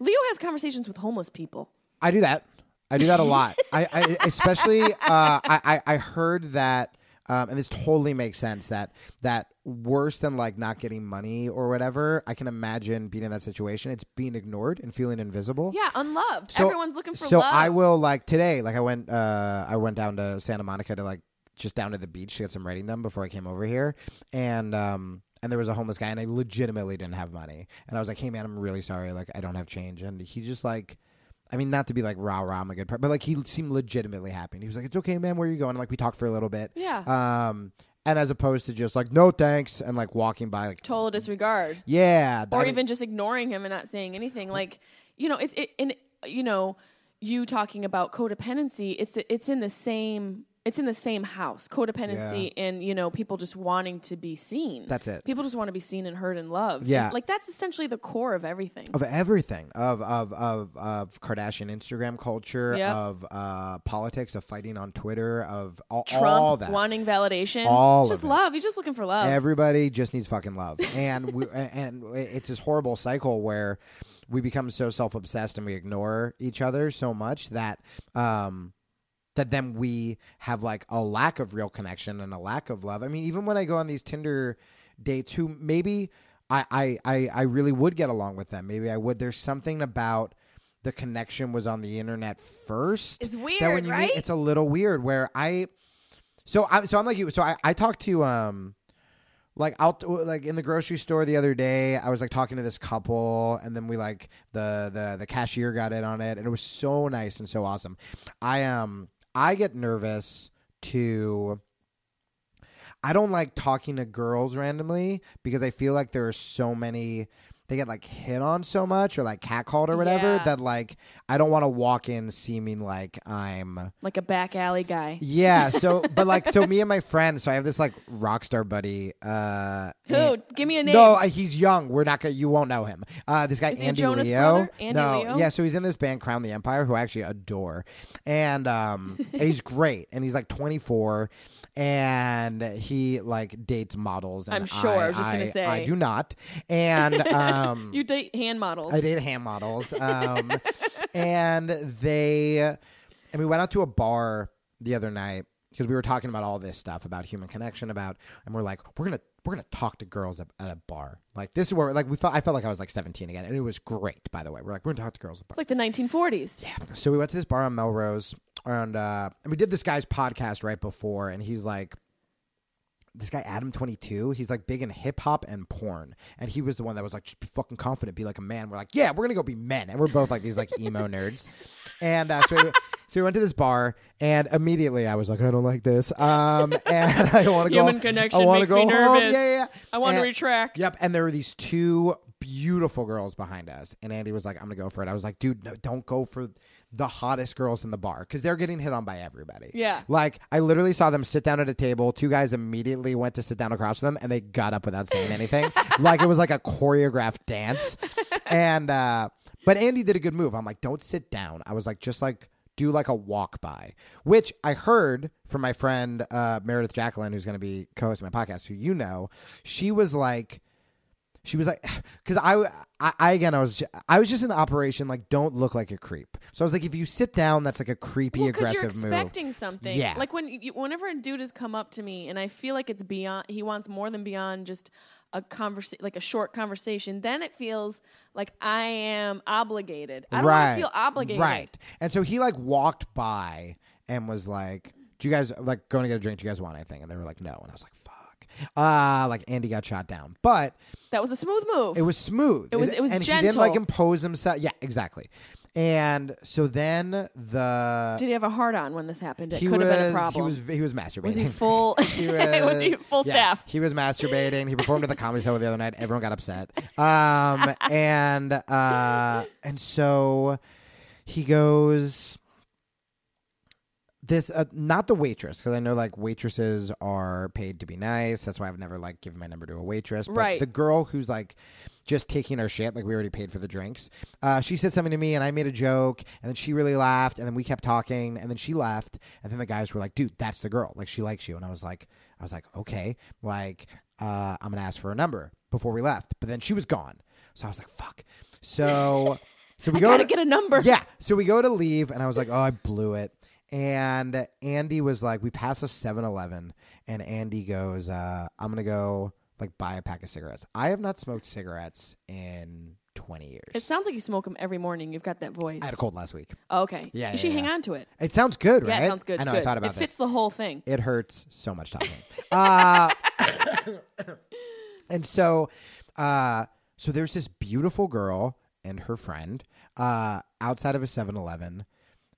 Speaker 1: Leo has conversations with homeless people.
Speaker 2: I do that. I do that a lot. I, I especially uh, I, I I heard that, um, and this totally makes sense. That that worse than like not getting money or whatever. I can imagine being in that situation. It's being ignored and feeling invisible.
Speaker 1: Yeah, unloved.
Speaker 2: So-
Speaker 1: Everyone's looking for
Speaker 2: so
Speaker 1: love.
Speaker 2: I will like today. Like I went, uh, I went down to Santa Monica to like just down to the beach to get some writing done before I came over here, and um, and there was a homeless guy, and I legitimately didn't have money, and I was like, hey man, I'm really sorry, like I don't have change, and he just like. I mean, not to be like rah rah, I'm a good person, but like he seemed legitimately happy. And he was like, "It's okay, man. Where are you going?" And like we talked for a little bit.
Speaker 1: Yeah.
Speaker 2: Um, and as opposed to just like no thanks and like walking by, like
Speaker 1: total disregard.
Speaker 2: yeah,
Speaker 1: or
Speaker 2: that-
Speaker 1: even just ignoring him and not saying anything like you know it's it and you know you talking about codependency it's it's in the same it's in the same house codependency and you know people just wanting to be seen
Speaker 2: That's it.
Speaker 1: people just want to be seen and heard and loved
Speaker 2: Yeah.
Speaker 1: like that's essentially the core of everything
Speaker 2: of everything of of of of Kardashian Instagram culture
Speaker 1: Yep.
Speaker 2: of uh, politics of fighting on Twitter of all,
Speaker 1: Trump
Speaker 2: all that
Speaker 1: wanting validation
Speaker 2: All
Speaker 1: just
Speaker 2: of it.
Speaker 1: love he's just looking for love
Speaker 2: everybody just needs fucking love and we, and it's this horrible cycle where we become so self obsessed and we ignore each other so much that um that then we have like a lack of real connection and a lack of love. I mean, even when I go on these Tinder dates, who maybe I I I, I really would get along with them. Maybe I would. There's something about the connection was on the internet first.
Speaker 1: It's
Speaker 2: that
Speaker 1: weird,
Speaker 2: when you meet-
Speaker 1: right?
Speaker 2: It's a little weird. Where I so I so I'm like you. So I I talked to um like out like in the grocery store the other day i was like talking to this couple and then we like the the the cashier got in on it and it was so nice and so awesome i um i get nervous to i don't like talking to girls randomly because i feel like there are so many they get like hit on so much or like catcalled or whatever
Speaker 1: Yeah.
Speaker 2: that like i don't want to walk in seeming like i'm
Speaker 1: like a back alley guy
Speaker 2: yeah. So, but like, so me and my friend, so I have this like rock star buddy. Uh,
Speaker 1: Who?
Speaker 2: and-
Speaker 1: Give me a name.
Speaker 2: No, uh, he's young. We're not gonna. You won't know him. Uh, this guy
Speaker 1: Is he
Speaker 2: Andy
Speaker 1: Jonas
Speaker 2: Leo.
Speaker 1: brother? Andy
Speaker 2: no,
Speaker 1: Leo?
Speaker 2: yeah. So he's in this band Crown the Empire, who I actually adore, and um, and he's great, and he's like 24, and he like dates models. And
Speaker 1: I'm sure, I was just gonna
Speaker 2: I-
Speaker 1: say.
Speaker 2: I do not, and um,
Speaker 1: you date hand models
Speaker 2: I did hand models. Um, and they, and we went out to a bar the other night because we were talking about all this stuff about human connection, about, and we're like, we're gonna we're gonna talk to girls at, at a bar. Like this is where like we felt I felt like I was like 17 again, and it was great. By the way, we're like we're gonna talk to girls at a bar.
Speaker 1: like the 1940s
Speaker 2: So we went to this bar on Melrose, and uh, and we did this guy's podcast right before, and he's like, this guy Adam Twenty Two, he's like big in hip hop and porn, and he was the one that was like, just be fucking confident, be like a man. We're like, yeah, we're gonna go be men, and we're both like these like emo nerds, and uh, so. We, So we went to this bar, and immediately I was like, "I don't like this," um, and I want to go.
Speaker 1: Human connection
Speaker 2: I wanna
Speaker 1: makes
Speaker 2: go
Speaker 1: me
Speaker 2: home.
Speaker 1: nervous.
Speaker 2: Yeah, yeah, yeah.
Speaker 1: I wanna
Speaker 2: And-
Speaker 1: retract.
Speaker 2: Yep. And there were these two beautiful girls behind us. And Andy was like, I'm going to go for it. I was like, dude, no, don't go for the hottest girls in the bar because they're getting hit on by everybody.
Speaker 1: Yeah.
Speaker 2: Like, I literally saw them sit down at a table. Two guys immediately went to sit down across from them and they got up without saying anything. like, it was like a choreographed dance. And, uh, but Andy did a good move. I'm like, don't sit down. I was like, just like, do like a walk by, which I heard from my friend uh, Meredith Jacqueline, who's going to be co-hosting my podcast, who you know. She was like, she was like, because I, I, I again, I was, ju- I was just in operation. Like, don't look like a creep. So I was like, if you sit down, that's like a creepy,
Speaker 1: Well, 'cause
Speaker 2: aggressive
Speaker 1: you're
Speaker 2: move.
Speaker 1: expecting something.
Speaker 2: Yeah.
Speaker 1: Like when you, whenever a dude has come up to me and I feel like it's beyond, he wants more than beyond just a conversation, like a short conversation. Then it feels like I am obligated. I don't want to feel obligated.
Speaker 2: Right. And so he like walked by and was like, Do you guys like going to get a drink? Do you guys want anything? And they were like, No. And I was like, Fuck. Uh, like Andy got shot down. But
Speaker 1: That was a smooth move.
Speaker 2: it was smooth.
Speaker 1: It was- it was
Speaker 2: and he didn't like
Speaker 1: gentle.
Speaker 2: impose himself. Yeah, exactly. And so then the
Speaker 1: Did he have a hard on when this happened? It
Speaker 2: he
Speaker 1: could
Speaker 2: was,
Speaker 1: have been a problem.
Speaker 2: He was he was masturbating.
Speaker 1: Was he full? was he full
Speaker 2: yeah,
Speaker 1: staff?
Speaker 2: He was masturbating. He performed at the comedy cellar the other night. Everyone got upset. Um, and uh, and so he goes. This uh, not the waitress because I know like waitresses are paid to be nice. That's why I've never like given my number to a waitress. But
Speaker 1: Right.
Speaker 2: The girl who's like just taking her shit, like we already paid for the drinks. Uh, she said something to me and I made a joke and then she really laughed and then we kept talking and then she left and then the guys were like, dude, that's the girl. Like she likes you. And I was like, I was like, okay, like uh, I'm gonna ask for a number before we left. But then she was gone. So I was like, fuck. So so we
Speaker 1: I
Speaker 2: go
Speaker 1: gotta
Speaker 2: to-
Speaker 1: get a number.
Speaker 2: yeah. So we go to leave, and I was like, oh, I blew it. And Andy was like, we pass a 7 Eleven, and Andy goes, uh, I'm going to go like buy a pack of cigarettes. I have not smoked cigarettes in 20 years.
Speaker 1: It sounds like you smoke them every morning. You've got that voice.
Speaker 2: I had a cold last week.
Speaker 1: Oh, okay.
Speaker 2: Yeah,
Speaker 1: You
Speaker 2: yeah,
Speaker 1: should hang
Speaker 2: yeah.
Speaker 1: on to it.
Speaker 2: It sounds good,
Speaker 1: Yeah,
Speaker 2: right?
Speaker 1: it sounds good.
Speaker 2: I
Speaker 1: It's
Speaker 2: know,
Speaker 1: good.
Speaker 2: I thought about
Speaker 1: it
Speaker 2: this.
Speaker 1: fits the whole thing.
Speaker 2: It hurts so much talking. uh, and so, uh, so there's this beautiful girl and her friend uh, outside of a 7 Eleven,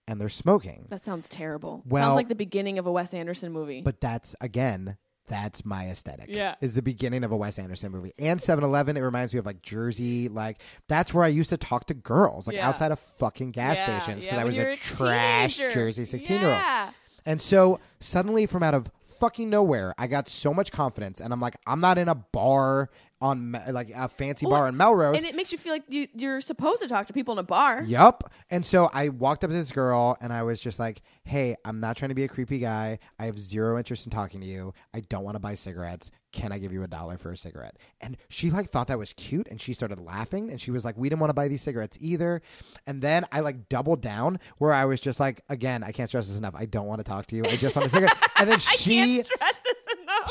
Speaker 2: and they're smoking.
Speaker 1: That sounds terrible.
Speaker 2: Well-
Speaker 1: sounds like the beginning of a Wes Anderson movie.
Speaker 2: But that's again, that's my aesthetic.
Speaker 1: Yeah.
Speaker 2: Is the beginning of a Wes Anderson movie. And 7-Eleven, it reminds me of like Jersey, like that's where I used to talk to girls, like
Speaker 1: Yeah.
Speaker 2: outside of fucking gas
Speaker 1: Yeah,
Speaker 2: stations
Speaker 1: yeah,
Speaker 2: I
Speaker 1: when
Speaker 2: was
Speaker 1: you're
Speaker 2: a,
Speaker 1: a
Speaker 2: trash
Speaker 1: teenager.
Speaker 2: Jersey 16-year-old.
Speaker 1: Yeah.
Speaker 2: And so suddenly from out of fucking nowhere, I got so much confidence and I'm like I'm not in a bar on Me- like a fancy bar in Melrose.
Speaker 1: and it makes you feel like you, you're supposed to talk to people in a bar.
Speaker 2: Yep. And so I walked up to this girl and I was just like, hey, I'm not trying to be a creepy guy. I have zero interest in talking to you. I don't want to buy cigarettes. Can I give you a dollar for a cigarette? And she like thought that was cute and she started laughing and she was like, we didn't want to buy these cigarettes either. And then I like doubled down where I was just like, again, I can't stress this enough. I don't want to talk to you. I just want a cigarette. And then she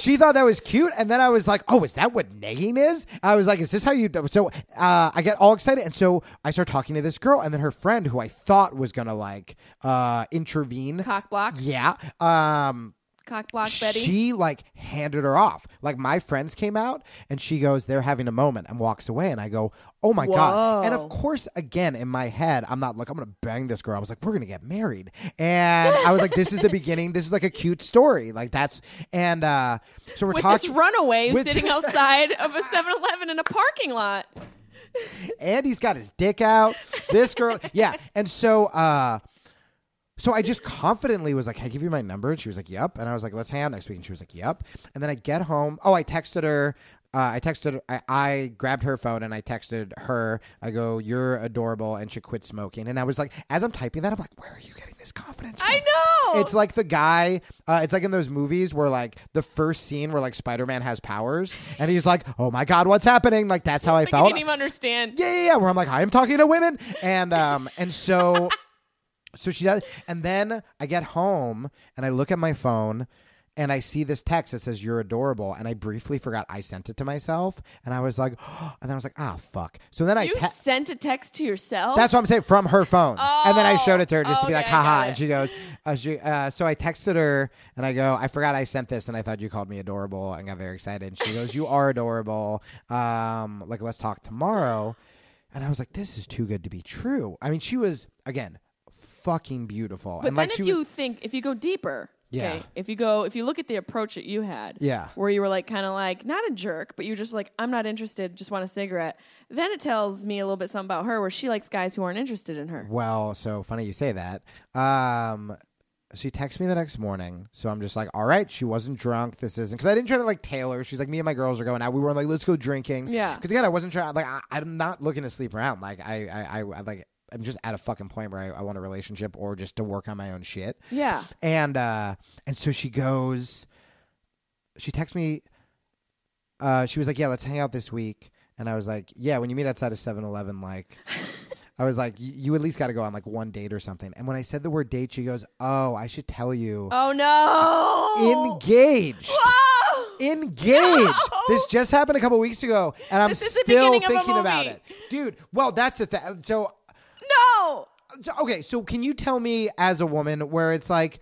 Speaker 2: she thought that was cute, and then I was like, "Oh, is that what nagging is?" I was like, "Is this how you?" Do? So uh, I get all excited, and so I start talking to this girl, and then her friend, who I thought was gonna like uh, intervene,
Speaker 1: Cock block,
Speaker 2: yeah, um,
Speaker 1: cock block, Betty.
Speaker 2: she like handed her off. Like my friends came out and she goes, "They're having a moment," and walks away. And I go, "Oh my god!" And of
Speaker 1: Whoa.
Speaker 2: course, again in my head, I'm not like I'm gonna bang this girl. I was like, "We're gonna get married," and I was like, "This is the beginning. This is like a cute story. Like that's." And uh, so we're
Speaker 1: with
Speaker 2: talking.
Speaker 1: this runaway who's
Speaker 2: with-
Speaker 1: sitting outside of a 7-Eleven in a parking lot.
Speaker 2: Andy's got his dick out. This girl, yeah. And so, uh, so I just confidently was like, "Can I give you my number?" And she was like, "Yep." And I was like, "Let's hang out next week." And she was like, "Yep." And then I get home. Oh, I texted her. Uh, I texted. I, I grabbed her phone and I texted her. I go, "You're adorable," and she quit smoking. And I was like, as I'm typing that, I'm like, "Where are you getting this confidence?" From?
Speaker 1: I know.
Speaker 2: It's like the guy. Uh, it's like in those movies where like the first scene where like Spider Man has powers and he's like, "Oh my god, what's happening?" Like that's how I
Speaker 1: like you
Speaker 2: felt
Speaker 1: didn't even understand.
Speaker 2: yeah, yeah, yeah. Where I'm like, I am talking to women, and um, and so, so she does, and then I get home and I look at my phone, and I see this text that says "You're adorable," and I briefly forgot I sent it to myself, and I was like, and then I was like, ah, fuck. So then I
Speaker 1: You
Speaker 2: te-
Speaker 1: sent a text to yourself.
Speaker 2: that's what I'm saying from her phone. and then I showed it to her just to be
Speaker 1: Oh, okay,
Speaker 2: like,
Speaker 1: I
Speaker 2: haha.
Speaker 1: got
Speaker 2: And
Speaker 1: it.
Speaker 2: she goes, uh, she, uh, so I texted her and I go, I forgot I sent this and I thought you called me adorable and got very excited. And she goes, you are adorable. Um, like, let's talk tomorrow. And I was like, this is too good to be true. I mean, she was, again, fucking beautiful.
Speaker 1: But
Speaker 2: and like,
Speaker 1: then
Speaker 2: she
Speaker 1: if
Speaker 2: was-
Speaker 1: you think, if you go deeper,
Speaker 2: Yeah.
Speaker 1: okay, if you go, if you look at the approach that you had,
Speaker 2: Yeah.
Speaker 1: where you were like kind of like not a jerk, but you're just like I'm not interested, just want a cigarette. Then it tells me a little bit something about her, where she likes guys who aren't interested in her.
Speaker 2: Well, so funny you say that. Um, she texts me the next morning, so I'm just like, all right, she wasn't drunk. This isn't because I didn't try to like tailor. She's like, me and my girls are going out. We were like, let's go drinking.
Speaker 1: Yeah.
Speaker 2: Because again, I wasn't trying. Like, I, I'm not looking to sleep around. Like, I, I, I, I- like. I'm just at a fucking point where I, I want a relationship or just to work on my own shit.
Speaker 1: Yeah.
Speaker 2: And uh and so she goes she texts me uh she was like, "Yeah, let's hang out this week." And I was like, "Yeah, when you meet outside of 7-Eleven like I was like, "You- "You at least got to go on like one date or something." And when I said the word date, she goes, "Oh, I should tell you."
Speaker 1: Oh no.
Speaker 2: Engaged.
Speaker 1: Oh!
Speaker 2: Engaged. This just happened a couple weeks ago, and I'm
Speaker 1: This is the
Speaker 2: still
Speaker 1: beginning of a
Speaker 2: thinking about
Speaker 1: movie.
Speaker 2: it, dude. Well, that's the thing. So
Speaker 1: No.
Speaker 2: so- okay, so can you tell me as a woman where it's like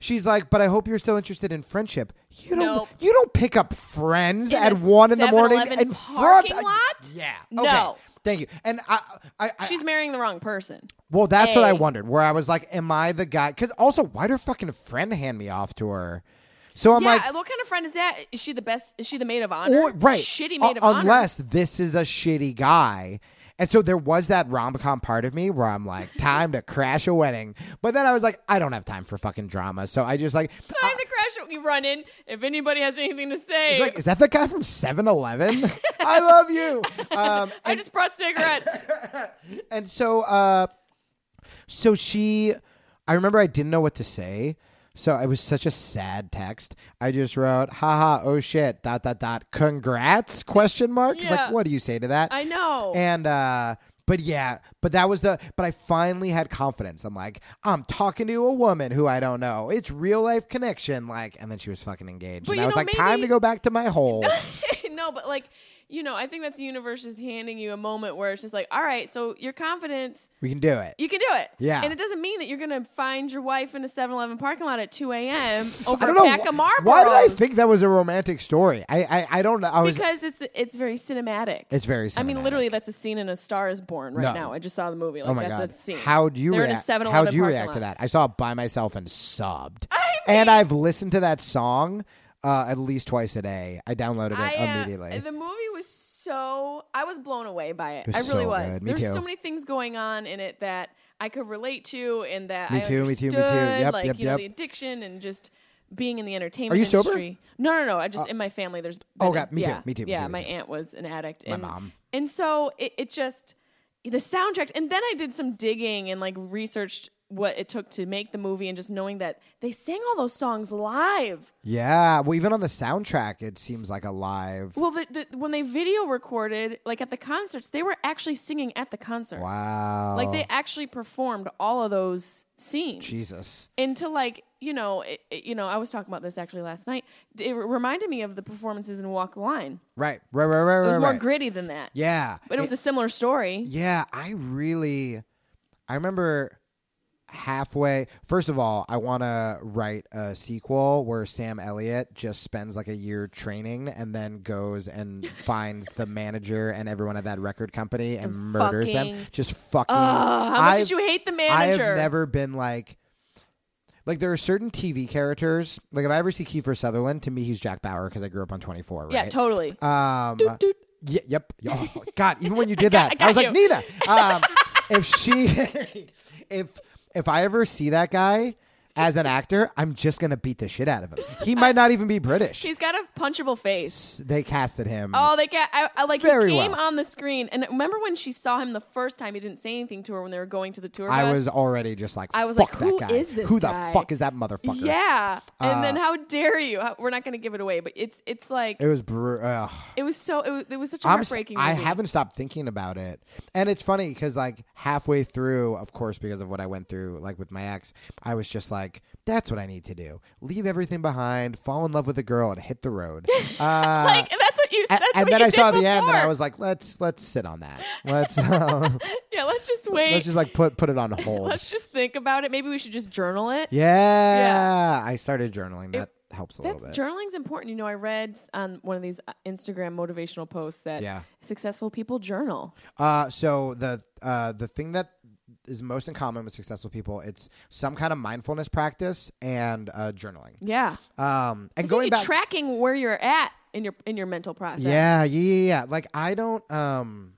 Speaker 2: she's like, but I hope you're still interested in friendship. You don't
Speaker 1: Nope.
Speaker 2: you don't pick up friends
Speaker 1: In
Speaker 2: at
Speaker 1: a
Speaker 2: one in the morning
Speaker 1: 7-Eleven
Speaker 2: in front
Speaker 1: parking lot?
Speaker 2: Yeah.
Speaker 1: No.
Speaker 2: Okay. Thank you. And I I, I
Speaker 1: She's marrying the wrong person.
Speaker 2: well that's what I
Speaker 1: Hey.
Speaker 2: wondered. Where I was like, am I the guy cuz also why'd her fucking friend hand me off to her? So I'm
Speaker 1: yeah,
Speaker 2: like
Speaker 1: what kind of friend is that? Is she the best? Is she the maid of honor?
Speaker 2: or, right.
Speaker 1: Shitty maid of
Speaker 2: U-
Speaker 1: honor.
Speaker 2: Unless this is a shitty guy. And so there was that rom com part of me where I'm like, time to crash a wedding. But then I was like, I don't have time for fucking drama. So I just like, I-
Speaker 1: Time to crash. You run in. If anybody has anything to
Speaker 2: it's
Speaker 1: say,
Speaker 2: like, is that the guy from 7 Eleven? I love you. Um,
Speaker 1: I just brought cigarettes.
Speaker 2: and so uh so she i remember i didn't know what to say so it was such a sad text i just wrote haha oh shit dot dot dot congrats question mark It's
Speaker 1: Yeah.
Speaker 2: like what do you say to that
Speaker 1: I know.
Speaker 2: and uh but yeah, but that was the but I finally had confidence. I'm like, I'm talking to a woman who I don't know. It's real life connection, like and then she was fucking engaged.
Speaker 1: But
Speaker 2: and
Speaker 1: you
Speaker 2: I was
Speaker 1: know,
Speaker 2: like, time
Speaker 1: maybe-
Speaker 2: to go back to my hole.
Speaker 1: no, but like, you know, I think that's the universe is handing you a moment where it's just like, all right, so your confidence,
Speaker 2: we can do it.
Speaker 1: you can do it.
Speaker 2: Yeah.
Speaker 1: And it doesn't mean that you're going to find your wife in a 7 Eleven parking lot at 2 a.m. over
Speaker 2: I
Speaker 1: a
Speaker 2: don't know
Speaker 1: pack
Speaker 2: wh-
Speaker 1: of Marlboros.
Speaker 2: Why did I think that was a romantic story? I I, I don't know. I was
Speaker 1: Because it's it's very cinematic.
Speaker 2: It's very
Speaker 1: I mean,
Speaker 2: cinematic.
Speaker 1: literally, that's a scene in A Star Is Born right
Speaker 2: No.
Speaker 1: now. I just saw the movie. Like,
Speaker 2: oh my
Speaker 1: that's
Speaker 2: god.
Speaker 1: A scene.
Speaker 2: How'd you
Speaker 1: They're
Speaker 2: react?
Speaker 1: In a 7-Eleven
Speaker 2: How'd you
Speaker 1: parking
Speaker 2: react to
Speaker 1: lot.
Speaker 2: that? I saw it by myself and sobbed. and I've listened to that song uh, at least twice a day. I downloaded it
Speaker 1: I, uh,
Speaker 2: immediately.
Speaker 1: The movie was so I was blown away by it.
Speaker 2: It was
Speaker 1: I really
Speaker 2: so
Speaker 1: was.
Speaker 2: good. Me
Speaker 1: There's
Speaker 2: too.
Speaker 1: so many things going on in it that I could relate to, and that
Speaker 2: Me
Speaker 1: I
Speaker 2: too, me too, me too.
Speaker 1: understood,
Speaker 2: Yep,
Speaker 1: Like
Speaker 2: yep,
Speaker 1: you know,
Speaker 2: yep.
Speaker 1: the addiction and just being in the entertainment.
Speaker 2: Are you sober?
Speaker 1: Industry. No, no, no. I just in my family. There's
Speaker 2: Oh,
Speaker 1: been-
Speaker 2: God, me too,
Speaker 1: yeah,
Speaker 2: me too, me
Speaker 1: Yeah,
Speaker 2: too, me
Speaker 1: my
Speaker 2: too.
Speaker 1: aunt was an addict. My and,
Speaker 2: mom.
Speaker 1: And so it, it just the soundtrack, and then I did some digging and like researched what it took to make the movie, and just knowing that they sang all those songs live.
Speaker 2: yeah. Well, even on the soundtrack, it seems like a live.
Speaker 1: Well, the, the, when they video recorded, like at the concerts, they were actually singing at the concert.
Speaker 2: Wow.
Speaker 1: Like they actually performed all of those scenes.
Speaker 2: Jesus.
Speaker 1: Into like you know, it, it- you know, I was talking about this actually last night. D- It reminded me of the performances in Walk the Line.
Speaker 2: Right. Right. Right. Right.
Speaker 1: It was
Speaker 2: right,
Speaker 1: more
Speaker 2: right.
Speaker 1: gritty than that.
Speaker 2: Yeah.
Speaker 1: but it, was a similar story.
Speaker 2: Yeah, I really I remember halfway first of all, I want to write a sequel where Sam Elliott just spends like a year training and then goes and finds the manager and everyone at that record company and, murders them.
Speaker 1: fucking-
Speaker 2: Just fucking
Speaker 1: Ugh, how much
Speaker 2: I've-
Speaker 1: did you hate the
Speaker 2: I
Speaker 1: manager?
Speaker 2: have never been like like there are certain TV characters. Like if I ever see Kiefer Sutherland, to me he's Jack Bauer because I grew up on 24, right?
Speaker 1: Yeah, totally.
Speaker 2: Um,
Speaker 1: doot.
Speaker 2: yeah, yep. Oh, God, even when you did
Speaker 1: got-
Speaker 2: that,
Speaker 1: I
Speaker 2: I, was
Speaker 1: got
Speaker 2: like, Nina. Um, if she, if if I ever see that guy as an actor, I'm just gonna beat the shit out of him. He might not even be British.
Speaker 1: She's got a punchable face.
Speaker 2: They casted him.
Speaker 1: Oh, they got I, I like
Speaker 2: Mm. Very
Speaker 1: he came
Speaker 2: well.
Speaker 1: on the screen, and remember when she saw him the first time? He didn't say anything to her when they were going to the tour.
Speaker 2: I
Speaker 1: bus?
Speaker 2: was already just like,
Speaker 1: I was
Speaker 2: fuck
Speaker 1: like,
Speaker 2: that
Speaker 1: who
Speaker 2: guy.
Speaker 1: is this
Speaker 2: who the
Speaker 1: guy?
Speaker 2: fuck is that motherfucker? Uh,
Speaker 1: Yeah, and then how dare you? How, we're not going to give it away, but it's it's like
Speaker 2: it was. Br- ugh.
Speaker 1: it was so it was, it was such a
Speaker 2: I'm s-
Speaker 1: heartbreaking.
Speaker 2: I
Speaker 1: movie.
Speaker 2: haven't stopped thinking about it. And it's funny because, like, halfway through, of course, because of what I went through, like, with my ex, I was just like, that's what I need to do. Leave everything behind, fall in love with a girl, and hit the road. Uh,
Speaker 1: like that's what you.
Speaker 2: a-
Speaker 1: That's
Speaker 2: and
Speaker 1: what
Speaker 2: then
Speaker 1: you
Speaker 2: I
Speaker 1: did
Speaker 2: saw the end, and I
Speaker 1: before.
Speaker 2: was like, "Let's let's sit on that. Let's um,
Speaker 1: yeah, let's just wait.
Speaker 2: let's just like put put it on hold."
Speaker 1: Let's just think about it. Maybe we should just journal it.
Speaker 2: yeah, I started journaling. That helps a little
Speaker 1: That's
Speaker 2: bit.
Speaker 1: journaling's important. You know, I read on one of these uh, Instagram motivational posts that
Speaker 2: Yeah.
Speaker 1: successful people journal.
Speaker 2: Uh, so the uh, the thing that is most in common with successful people, it's some kind of mindfulness practice and uh, journaling.
Speaker 1: Yeah,
Speaker 2: Um, and
Speaker 1: you
Speaker 2: going back,
Speaker 1: tracking where you're at in your in your mental process.
Speaker 2: yeah, yeah, yeah, yeah. Like I don't. Um,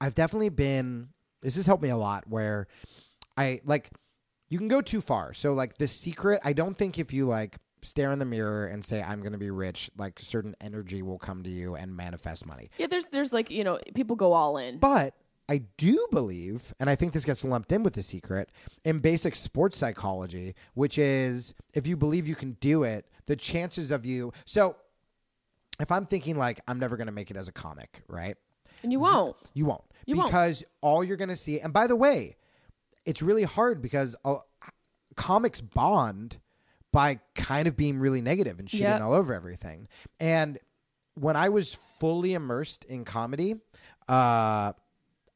Speaker 2: I've definitely been. This has helped me a lot. Where I like, you can go too far. So like the secret. I don't think if you like stare in the mirror and say I'm going to be rich, like certain energy will come to you and manifest money.
Speaker 1: yeah. There's there's like you know people go all in.
Speaker 2: But I do believe, and I think this gets lumped in with the secret, in basic sports psychology, which is if you believe you can do it, the chances of you. So if I'm thinking, like, I'm never going to make it as a comic, right?
Speaker 1: and you won't.
Speaker 2: You won't.
Speaker 1: You won't.
Speaker 2: because all you're going to see, and by the way, it's really hard because uh, comics bond by kind of being really negative and shitting
Speaker 1: Yep.
Speaker 2: all over everything. And when I was fully immersed in comedy, uh,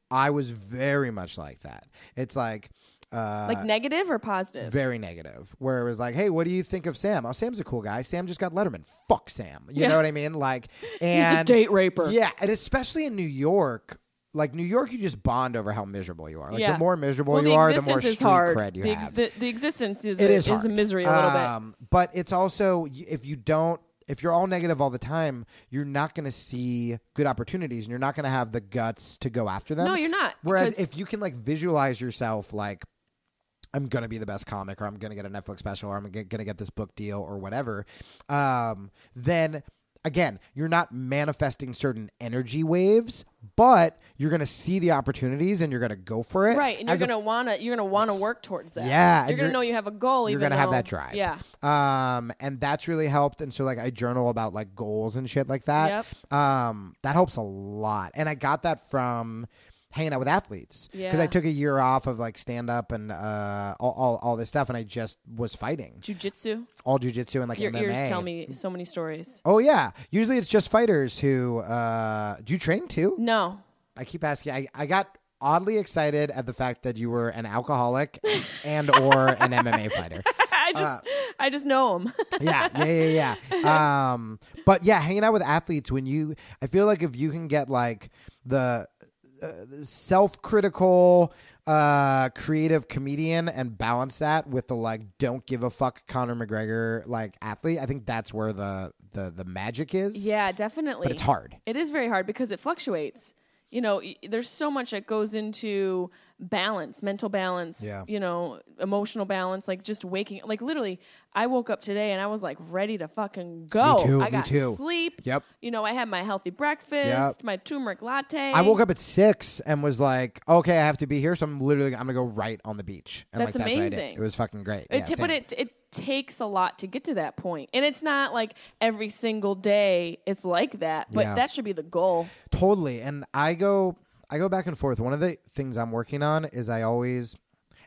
Speaker 2: I was very much like that. It's like, uh,
Speaker 1: Like negative or positive?
Speaker 2: very negative. Where it was like, "Hey, what do you think of Sam? Oh, Sam's a cool guy. Sam just got Letterman. Fuck Sam. You know what I mean? Like, and
Speaker 3: date raper.
Speaker 2: Yeah, and especially in New York, like New York, you just bond over how miserable you are. Like the more miserable
Speaker 1: Well,
Speaker 2: you
Speaker 1: the
Speaker 2: are, the
Speaker 1: existence
Speaker 2: more
Speaker 1: is
Speaker 2: street
Speaker 1: hard.
Speaker 2: cred you
Speaker 1: the, ex-
Speaker 2: have.
Speaker 1: the, the existence is
Speaker 2: it
Speaker 1: a,
Speaker 2: is hard.
Speaker 1: a misery a little bit.
Speaker 2: Um, but it's also y- if you don't. If you're all negative all the time, you're not going to see good opportunities, and you're not going to have the guts to go after them.
Speaker 1: No, you're not,
Speaker 2: Whereas
Speaker 1: because-
Speaker 2: if you can like visualize yourself, like I'm gonna be the best comic, or I'm gonna get a Netflix special, or I'm g- gonna get this book deal, or whatever, um, then again, you're not manifesting certain energy waves, but you're gonna see the opportunities and you're gonna go for it.
Speaker 1: Right, and you're
Speaker 2: As a-
Speaker 1: gonna wanna you're gonna wanna work towards that.
Speaker 2: Yeah, and
Speaker 1: you're gonna
Speaker 2: you're-
Speaker 1: know you have a goal.
Speaker 2: you're
Speaker 1: even
Speaker 2: gonna have
Speaker 1: though-
Speaker 2: that drive.
Speaker 1: Yeah,
Speaker 2: Um, and that's really helped. And so like I journal about like goals and shit like that.
Speaker 1: Yep.
Speaker 2: Um, that helps a lot. And I got that from hanging out with athletes because I
Speaker 1: Yeah.
Speaker 2: took a year off of like stand up and uh all, all all this stuff, and I just was fighting
Speaker 1: jujitsu.
Speaker 2: all jujitsu and like
Speaker 1: Your
Speaker 2: MMA.
Speaker 1: ears tell me so many stories.
Speaker 2: Oh yeah. Usually it's just fighters who uh do you train too?
Speaker 1: No,
Speaker 2: I keep asking. I, I got oddly excited at the fact that you were an alcoholic and or an MMA fighter.
Speaker 1: I just
Speaker 2: Uh.
Speaker 1: I just know them.
Speaker 2: yeah, yeah, yeah, yeah. Um, but yeah, hanging out with athletes when you, I feel like if you can get like the uh, self-critical, uh, creative comedian and balance that with the like don't give a fuck Conor McGregor like athlete, I think that's where the the the magic is.
Speaker 1: yeah, definitely.
Speaker 2: but it's hard.
Speaker 1: It is very hard because it fluctuates. You know, y- there's so much that goes into balance, mental balance,
Speaker 2: Yeah.
Speaker 1: you know, emotional balance, like just waking like literally I woke up today and I was like ready to fucking go.
Speaker 2: Me too,
Speaker 1: I
Speaker 2: me
Speaker 1: got
Speaker 2: too.
Speaker 1: sleep.
Speaker 2: Yep.
Speaker 1: You know, I had my healthy breakfast,
Speaker 2: Yep.
Speaker 1: my turmeric latte.
Speaker 2: I woke up at six and was like, okay, I have to be here, so I'm literally I'm gonna go right on the beach. And
Speaker 1: That's
Speaker 2: like that's what I did.
Speaker 1: amazing.
Speaker 2: It was fucking great.
Speaker 1: It
Speaker 2: Yeah,
Speaker 1: ta-
Speaker 2: same.
Speaker 1: but it it takes a lot to get to that point. And it's not like every single day it's like that, but
Speaker 2: Yeah.
Speaker 1: that should be the goal.
Speaker 2: Totally. And I go I go back and forth. One of the things I'm working on is I always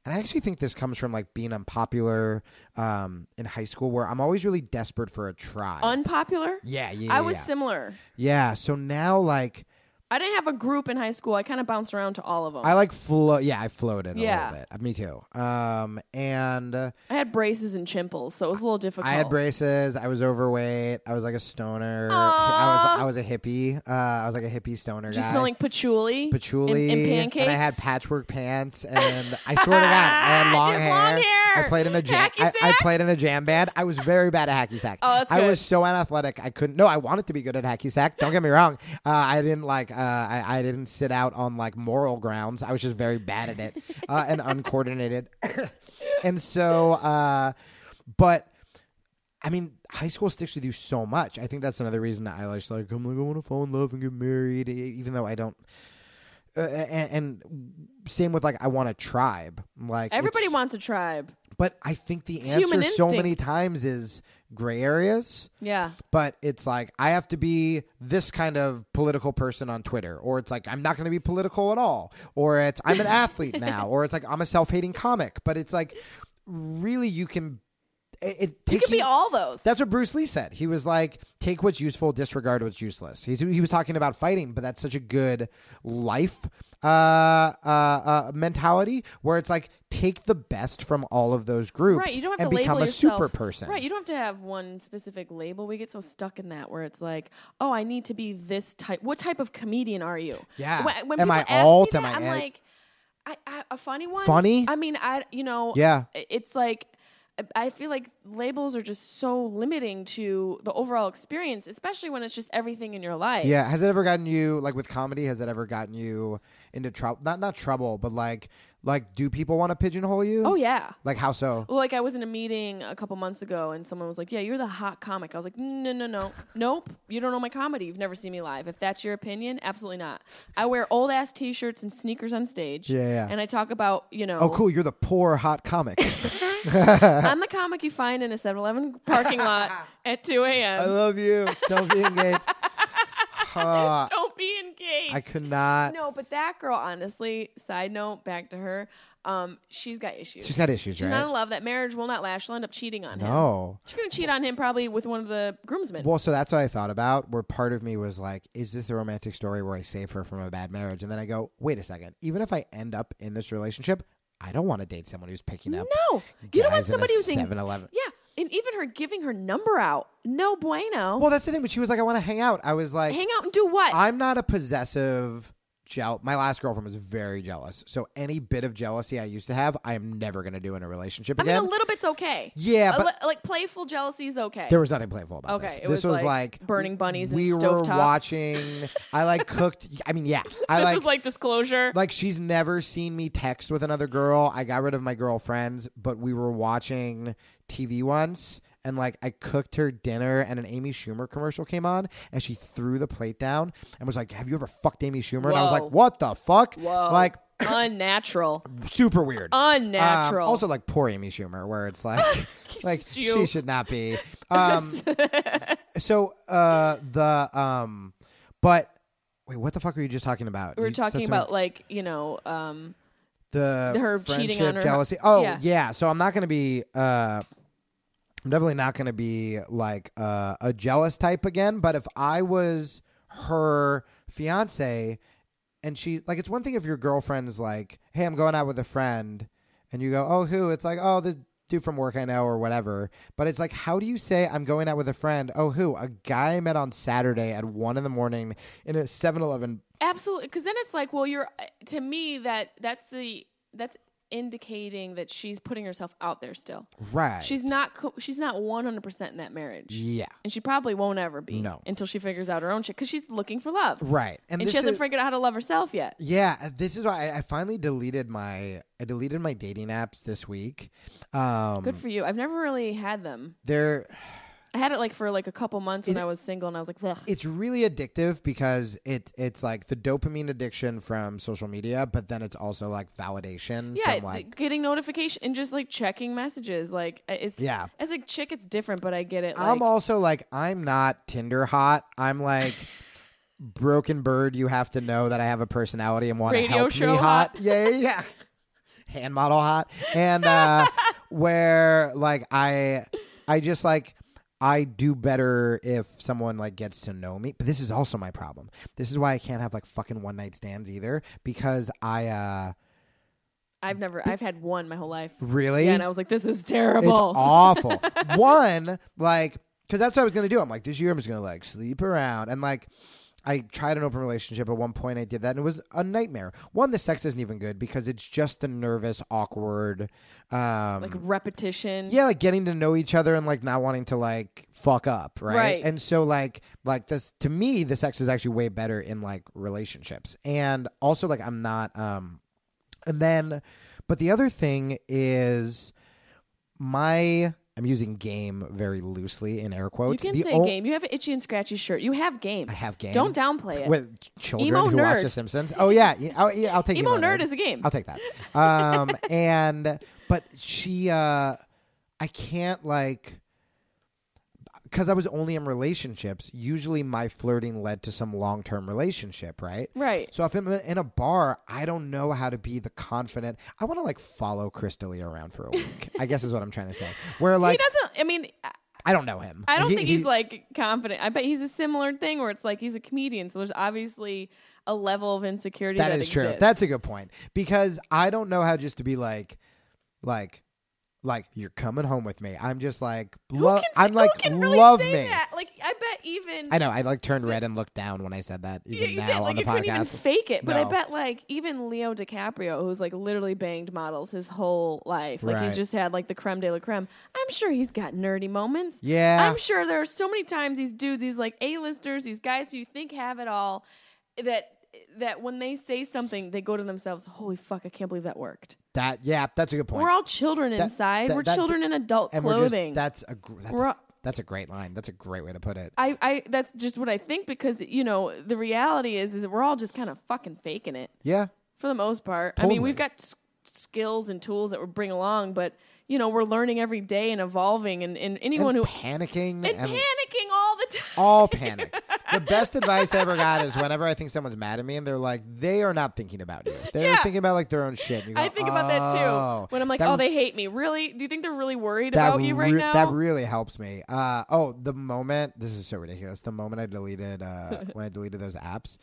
Speaker 2: and I actually think this comes from like being unpopular um, in high school where I'm always really desperate for a try.
Speaker 1: Unpopular?
Speaker 2: yeah, yeah,
Speaker 1: I
Speaker 2: yeah,
Speaker 1: was
Speaker 2: yeah.
Speaker 1: similar.
Speaker 2: yeah, so now like
Speaker 1: I didn't have a group in high school. I kind of bounced around to all of them.
Speaker 2: I
Speaker 1: I,
Speaker 2: like float. Yeah, I floated a
Speaker 1: Yeah.
Speaker 2: little bit. Me too. Um, and uh,
Speaker 1: had braces and chimples, so it was a little difficult.
Speaker 2: I had braces. I was overweight. I was like a stoner. I was I was a hippie. Uh, I was like a hippie stoner
Speaker 1: Did you
Speaker 2: guy.
Speaker 1: smell like patchouli?
Speaker 2: patchouli
Speaker 1: and, and pancakes.
Speaker 2: I had patchwork pants, and I swear to God, I had long,
Speaker 1: You
Speaker 2: hair.
Speaker 1: have long hair.
Speaker 2: I played in a jam.
Speaker 1: Hacky
Speaker 2: I, I
Speaker 1: sack?
Speaker 2: played in a jam band. I was very bad at hacky sack.
Speaker 1: Oh, that's
Speaker 2: I
Speaker 1: good.
Speaker 2: was so unathletic. I couldn't. No, I wanted to be good at hacky sack. Don't get me wrong. Uh, I didn't like. Uh, I, I didn't sit out on like moral grounds. I was just very bad at it uh, and uncoordinated. and so, uh, but. I mean, high school sticks with you so much. I think that's another reason that I just like I'm like I want to fall in love and get married, e- even though I don't. Uh, and, and same with like I want a tribe. Like
Speaker 1: Everybody
Speaker 2: it's-
Speaker 1: wants a tribe.
Speaker 2: but I think the answer
Speaker 1: human
Speaker 2: so many
Speaker 1: instinct.
Speaker 2: times is gray areas.
Speaker 1: Yeah.
Speaker 2: But it's like I have to be this kind of political person on Twitter, or it's like I'm not going to be political at all, or it's I'm an athlete now, or it's like I'm a self-hating comic. But it's like really you can. It, it
Speaker 1: You could be all those.
Speaker 2: that's what Bruce Lee said. He was like, take what's useful, disregard what's useless. He's, he was talking about fighting, but that's such a good life uh, uh, uh, mentality where it's like, take the best from all of those groups
Speaker 1: right. You don't have
Speaker 2: and
Speaker 1: to
Speaker 2: become
Speaker 1: label
Speaker 2: a
Speaker 1: yourself.
Speaker 2: super person.
Speaker 1: Right. You don't have to have one specific label. We get so stuck in that where it's like, oh, I need to be this type. What type of comedian are you?
Speaker 2: Yeah.
Speaker 1: When, when
Speaker 2: Am
Speaker 1: people
Speaker 2: I
Speaker 1: ask
Speaker 2: alt?
Speaker 1: Me
Speaker 2: Am
Speaker 1: that,
Speaker 2: I
Speaker 1: I'm
Speaker 2: ant-
Speaker 1: like, I, I, a funny one.
Speaker 2: Funny?
Speaker 1: I mean, I you know.
Speaker 2: Yeah.
Speaker 1: i- It's like. I- I feel like labels are just so limiting to the overall experience, especially when it's just everything in your life.
Speaker 2: yeah. Has it ever gotten you, like with comedy, has it ever gotten you into trouble? Not, not trouble, but like, Like, do people want to pigeonhole you?
Speaker 1: Oh yeah.
Speaker 2: Like, how so?
Speaker 1: Well, like I was in a meeting a couple months ago, and someone was like, "Yeah, you're the hot comic." I was like, "No, no, no, nope. You don't know my comedy. You've never seen me live. If that's your opinion, absolutely not. I wear old ass t-shirts and sneakers on stage.
Speaker 2: Yeah, yeah.
Speaker 1: And I talk about, you know,
Speaker 2: Oh, cool. You're the poor, hot comic.
Speaker 1: I'm the comic you find in a 7-Eleven parking lot at 2
Speaker 2: I
Speaker 1: a.m.
Speaker 2: love you. Don't be engaged. Ah,
Speaker 1: Don't be engaged.
Speaker 2: I could not.
Speaker 1: no, but that girl, honestly. Side note, back to her. Um, she's got issues.
Speaker 2: She's got issues,
Speaker 1: She's
Speaker 2: right?
Speaker 1: not in love. That marriage will not last. She'll end up cheating on him.
Speaker 2: no.
Speaker 1: She's gonna cheat on him probably with one of the groomsmen.
Speaker 2: Well, so that's what I thought about. Where part of me was like, is this the romantic story where I save her from a bad marriage? And then I go, wait a second. Even if I end up in this relationship, I don't want to date someone who's picking up.
Speaker 1: No, you don't want
Speaker 2: guys in a
Speaker 1: somebody who's in
Speaker 2: 7-Eleven.
Speaker 1: Yeah, and even her giving her number out, no bueno.
Speaker 2: Well, that's the thing. But she was like, I want to hang out. I was like,
Speaker 1: Hang out and do what?
Speaker 2: I'm not a possessive. Jeal- my last girlfriend was very jealous. So any bit of jealousy I used to have, I am never going to do in a relationship
Speaker 1: I mean,
Speaker 2: again.
Speaker 1: a little bit's okay.
Speaker 2: Yeah,
Speaker 1: A
Speaker 2: but-
Speaker 1: li- like playful jealousy is okay.
Speaker 2: There was nothing playful about
Speaker 1: Okay,
Speaker 2: this.
Speaker 1: it
Speaker 2: this
Speaker 1: was
Speaker 2: was like,
Speaker 1: like burning bunnies and
Speaker 2: We were
Speaker 1: stovetops.
Speaker 2: watching. I like cooked. I mean, yeah. I
Speaker 1: this
Speaker 2: like,
Speaker 1: is like disclosure.
Speaker 2: like she's never seen me text with another girl. I got rid of my girlfriends, but we were watching TV once. And like I cooked her dinner, and an Amy Schumer commercial came on, and she threw the plate down and was like, "Have you ever fucked Amy Schumer?" And I was
Speaker 1: Whoa.
Speaker 2: like, "What the fuck?"
Speaker 1: Whoa.
Speaker 2: Like
Speaker 1: unnatural,
Speaker 2: super weird. Um,
Speaker 1: unnatural.
Speaker 2: also, like poor Amy Schumer, where it's like, like
Speaker 1: you.
Speaker 2: she should not be. Um, so uh, the um, but wait, what the fuck were you just talking about?
Speaker 1: we
Speaker 2: are
Speaker 1: were talking about like you know, um,
Speaker 2: the
Speaker 1: her
Speaker 2: friendship
Speaker 1: cheating on her-
Speaker 2: jealousy. Oh yeah.
Speaker 1: Yeah.
Speaker 2: so I'm not gonna be. Uh, I'm definitely not gonna be like uh, a jealous type again. But if I was her fiance, and she like, it's one thing if your girlfriend's like, "Hey, I'm going out with a friend," and you go, "Oh, who?" It's like, "Oh, the dude from work I know," or whatever. But it's like, how do you say I'm going out with a friend? Oh, who? A guy I met on Saturday at one in the morning in a 7-Eleven
Speaker 1: absolutely. Because then it's like, well, you're to me that that's the that's indicating that she's putting herself out there still.
Speaker 2: ride.
Speaker 1: She's not co- she's not 100% in that marriage.
Speaker 2: yeah.
Speaker 1: And she probably won't ever be.
Speaker 2: No.
Speaker 1: Until she figures out her own shit. Because she's looking for love.
Speaker 2: Right,
Speaker 1: And,
Speaker 2: this
Speaker 1: she hasn't
Speaker 2: is-
Speaker 1: figured out how to love herself yet.
Speaker 2: Yeah, uh, this is why I, I finally deleted my I deleted my dating apps this week. Um,
Speaker 1: Good for you. I've never really had them.
Speaker 2: they're
Speaker 1: I had it like for like a couple months when I was single and I was like, Ugh.
Speaker 2: it's really addictive because it it's like the dopamine addiction from social media, but then it's also like validation
Speaker 1: yeah,
Speaker 2: from
Speaker 1: th-
Speaker 2: like
Speaker 1: getting notification and just like checking messages. Like, I- it's,
Speaker 2: Yeah.
Speaker 1: As a chick, it's different, but I get it.
Speaker 2: I'm
Speaker 1: like,
Speaker 2: also like I'm not Tinder hot. I'm like broken bird. You have to know that I have a personality and want to
Speaker 1: Radio
Speaker 2: help
Speaker 1: show
Speaker 2: me hot.
Speaker 1: hot.
Speaker 2: Yeah, yeah, yeah. Hand model hot and uh, where like I I just like. I do better if someone like gets to know me, but this is also my problem. This is why I can't have like fucking one night stands either because I uh
Speaker 1: I've never, I've had one my whole life.
Speaker 2: really
Speaker 1: Yeah, and I was like, this is
Speaker 2: it's
Speaker 1: terrible.
Speaker 2: awful. One, like, because that's what I was gonna do. I'm like, this year I'm just gonna like sleep around and like. I tried an open relationship at one point. I did that, and it was a nightmare. One, the sex isn't even good because it's just the nervous, awkward, um,
Speaker 1: like repetition.
Speaker 2: yeah, like getting to know each other and like not wanting to like fuck up, right?
Speaker 1: Right.
Speaker 2: And so like like this to me, the sex is actually way better in like relationships. And also like I'm not um and then but the other thing is my I'm using game very loosely in air
Speaker 1: You
Speaker 2: quotes.
Speaker 1: can
Speaker 2: the
Speaker 1: say
Speaker 2: o-
Speaker 1: game. You have an itchy and scratchy shirt. You have game.
Speaker 2: I have game.
Speaker 1: Don't downplay it.
Speaker 2: With children
Speaker 1: Emo
Speaker 2: who watch
Speaker 1: nerd.
Speaker 2: The Simpsons. Oh yeah, yeah, I'll, yeah, I'll take
Speaker 1: Emo nerd is a game.
Speaker 2: I'll take that. Um, and but she, uh, I can't like. Because I was only in relationships, usually my flirting led to some long term relationship, right?
Speaker 1: Right.
Speaker 2: So if I'm in a bar, I don't know how to be the confident. I want to like follow Chris D'Elia around for a week, I guess is what I'm trying to say. Where like,
Speaker 1: he doesn't. I mean, I-
Speaker 2: I don't know him.
Speaker 1: I don't
Speaker 2: He-
Speaker 1: think
Speaker 2: he-
Speaker 1: he's like confident. I bet he's a similar thing where it's like he's a comedian, so there's obviously a level of insecurity that,
Speaker 2: That is true.
Speaker 1: exists.
Speaker 2: That's a good point because I don't know how just to be like, like, like you're coming home with me. I'm just like,
Speaker 1: Who
Speaker 2: lo-
Speaker 1: can say-
Speaker 2: I'm like,
Speaker 1: who can really
Speaker 2: love
Speaker 1: say
Speaker 2: me.
Speaker 1: that? Like I bet even
Speaker 2: I know. I like turned red and looked down when I said that.
Speaker 1: yeah,
Speaker 2: Even
Speaker 1: you
Speaker 2: now
Speaker 1: did.
Speaker 2: on
Speaker 1: Like
Speaker 2: the
Speaker 1: you
Speaker 2: podcast,
Speaker 1: couldn't even fake it. But I
Speaker 2: No.
Speaker 1: bet like even Leo DiCaprio, who's like literally banged models his whole life, like
Speaker 2: Right.
Speaker 1: he's just had like the creme de la creme. I'm sure he's got nerdy moments.
Speaker 2: Yeah.
Speaker 1: I'm sure there are so many times these dudes, these like A listers, these guys who you think have it all, that that when they say something, they go to themselves, "Holy fuck, I can't believe that worked."
Speaker 2: That yeah, that's a good point.
Speaker 1: We're all children
Speaker 2: That-
Speaker 1: inside.
Speaker 2: that-
Speaker 1: we're
Speaker 2: that-
Speaker 1: children in adult
Speaker 2: and We're
Speaker 1: clothing.
Speaker 2: just, that's a gr- that's,
Speaker 1: We're
Speaker 2: a,
Speaker 1: all-
Speaker 2: that's a great line. That's a great way to put it.
Speaker 1: I, I that's just what I think because you know the reality is is that we're all just kind of fucking faking it
Speaker 2: yeah,
Speaker 1: for the most part. I
Speaker 2: Totally.
Speaker 1: mean, we've got s- skills and tools that we bring along, but you know we're learning every day and evolving. And, and anyone
Speaker 2: and
Speaker 1: who
Speaker 2: panicking
Speaker 1: and panicking all the time.
Speaker 2: all panic. the best advice I ever got is whenever I think someone's mad at me and they're like, they are not thinking about you. They're
Speaker 1: Yeah.
Speaker 2: thinking about like their own shit. And you
Speaker 1: I
Speaker 2: go,
Speaker 1: think about that
Speaker 2: "Oh,
Speaker 1: too. When I'm like,
Speaker 2: that
Speaker 1: oh, they hate me. Really? Do you think they're really worried
Speaker 2: that
Speaker 1: about you right
Speaker 2: re-
Speaker 1: now?
Speaker 2: That really helps me. Uh, oh, the moment this is so ridiculous. The moment I deleted uh, when I deleted those apps,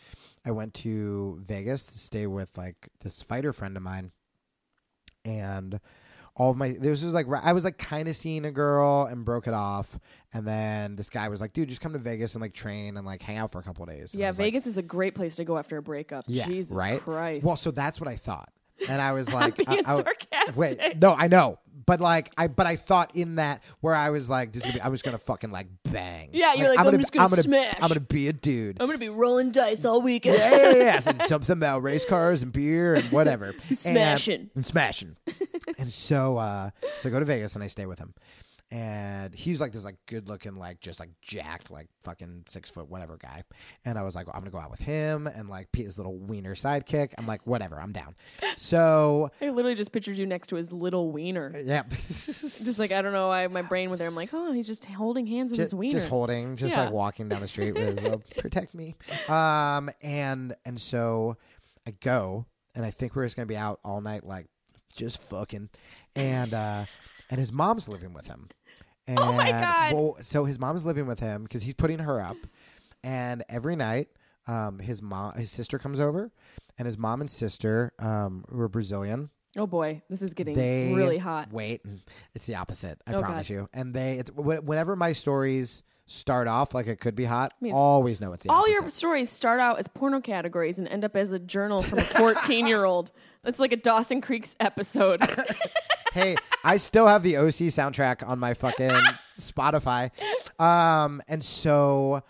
Speaker 2: I went to Vegas to stay with like this fighter friend of mine, and all of my this was like ri- I was like kind of seeing a girl and broke it off, and then this guy was like, dude, just come to Vegas and like train and like hang out for a couple of days. And I
Speaker 1: yeah,
Speaker 2: was like,
Speaker 1: Vegas is a great place to go after a breakup.
Speaker 2: yeah,
Speaker 1: Jesus
Speaker 2: right?
Speaker 1: Christ.
Speaker 2: Well, so that's what I thought, and I was like,
Speaker 1: being
Speaker 2: I- I-
Speaker 1: sarcastic.
Speaker 2: Wait, no, I know, but like, I but I thought in that where I was like, this is gonna be, I was gonna fucking like bang.
Speaker 1: Yeah, you're like, I'm just gonna smash.
Speaker 2: I'm gonna be a dude.
Speaker 1: I'm gonna be rolling dice all weekend.
Speaker 2: yeah, yeah, yeah, yeah. and jump them out, race cars and beer and whatever, And-
Speaker 1: Smashing.
Speaker 2: and smashing. and so, uh, so I go to Vegas and I stay with him. And he's like this, like good looking, like just like jacked, like fucking six foot, whatever guy. And I was like, well, I'm gonna go out with him and like be his little wiener sidekick. I'm like, whatever, I'm down. So
Speaker 1: I literally just pictured you next to his little wiener.
Speaker 2: yeah,
Speaker 1: Just like I don't know, I my brain went there. I'm like, oh, he's just holding hands with
Speaker 2: Ju-
Speaker 1: his wiener.
Speaker 2: Just holding, just
Speaker 1: Yeah.
Speaker 2: like walking down the street with his little protect me. Um, and and so I go and I think we're just gonna be out all night, like just fucking. And uh, and his mom's living with him. And, oh
Speaker 1: my God.
Speaker 2: Well, so his mom's living with him because he's putting her up, and every night, um, his mom, his sister comes over, and his mom and sister, um, who are Brazilian
Speaker 1: oh boy, this is getting
Speaker 2: they
Speaker 1: really hot.
Speaker 2: Wait, it's the opposite. I
Speaker 1: Oh,
Speaker 2: promise
Speaker 1: God.
Speaker 2: you. And they, it's, wh- whenever my stories start off like it could be hot,
Speaker 1: mean,
Speaker 2: always know it's the
Speaker 1: All
Speaker 2: opposite.
Speaker 1: your stories start out as porno categories and end up as a journal from a 14 year old. That's like a Dawson Creek's episode.
Speaker 2: hey, I still have the OC soundtrack on my fucking Spotify. Um, and so,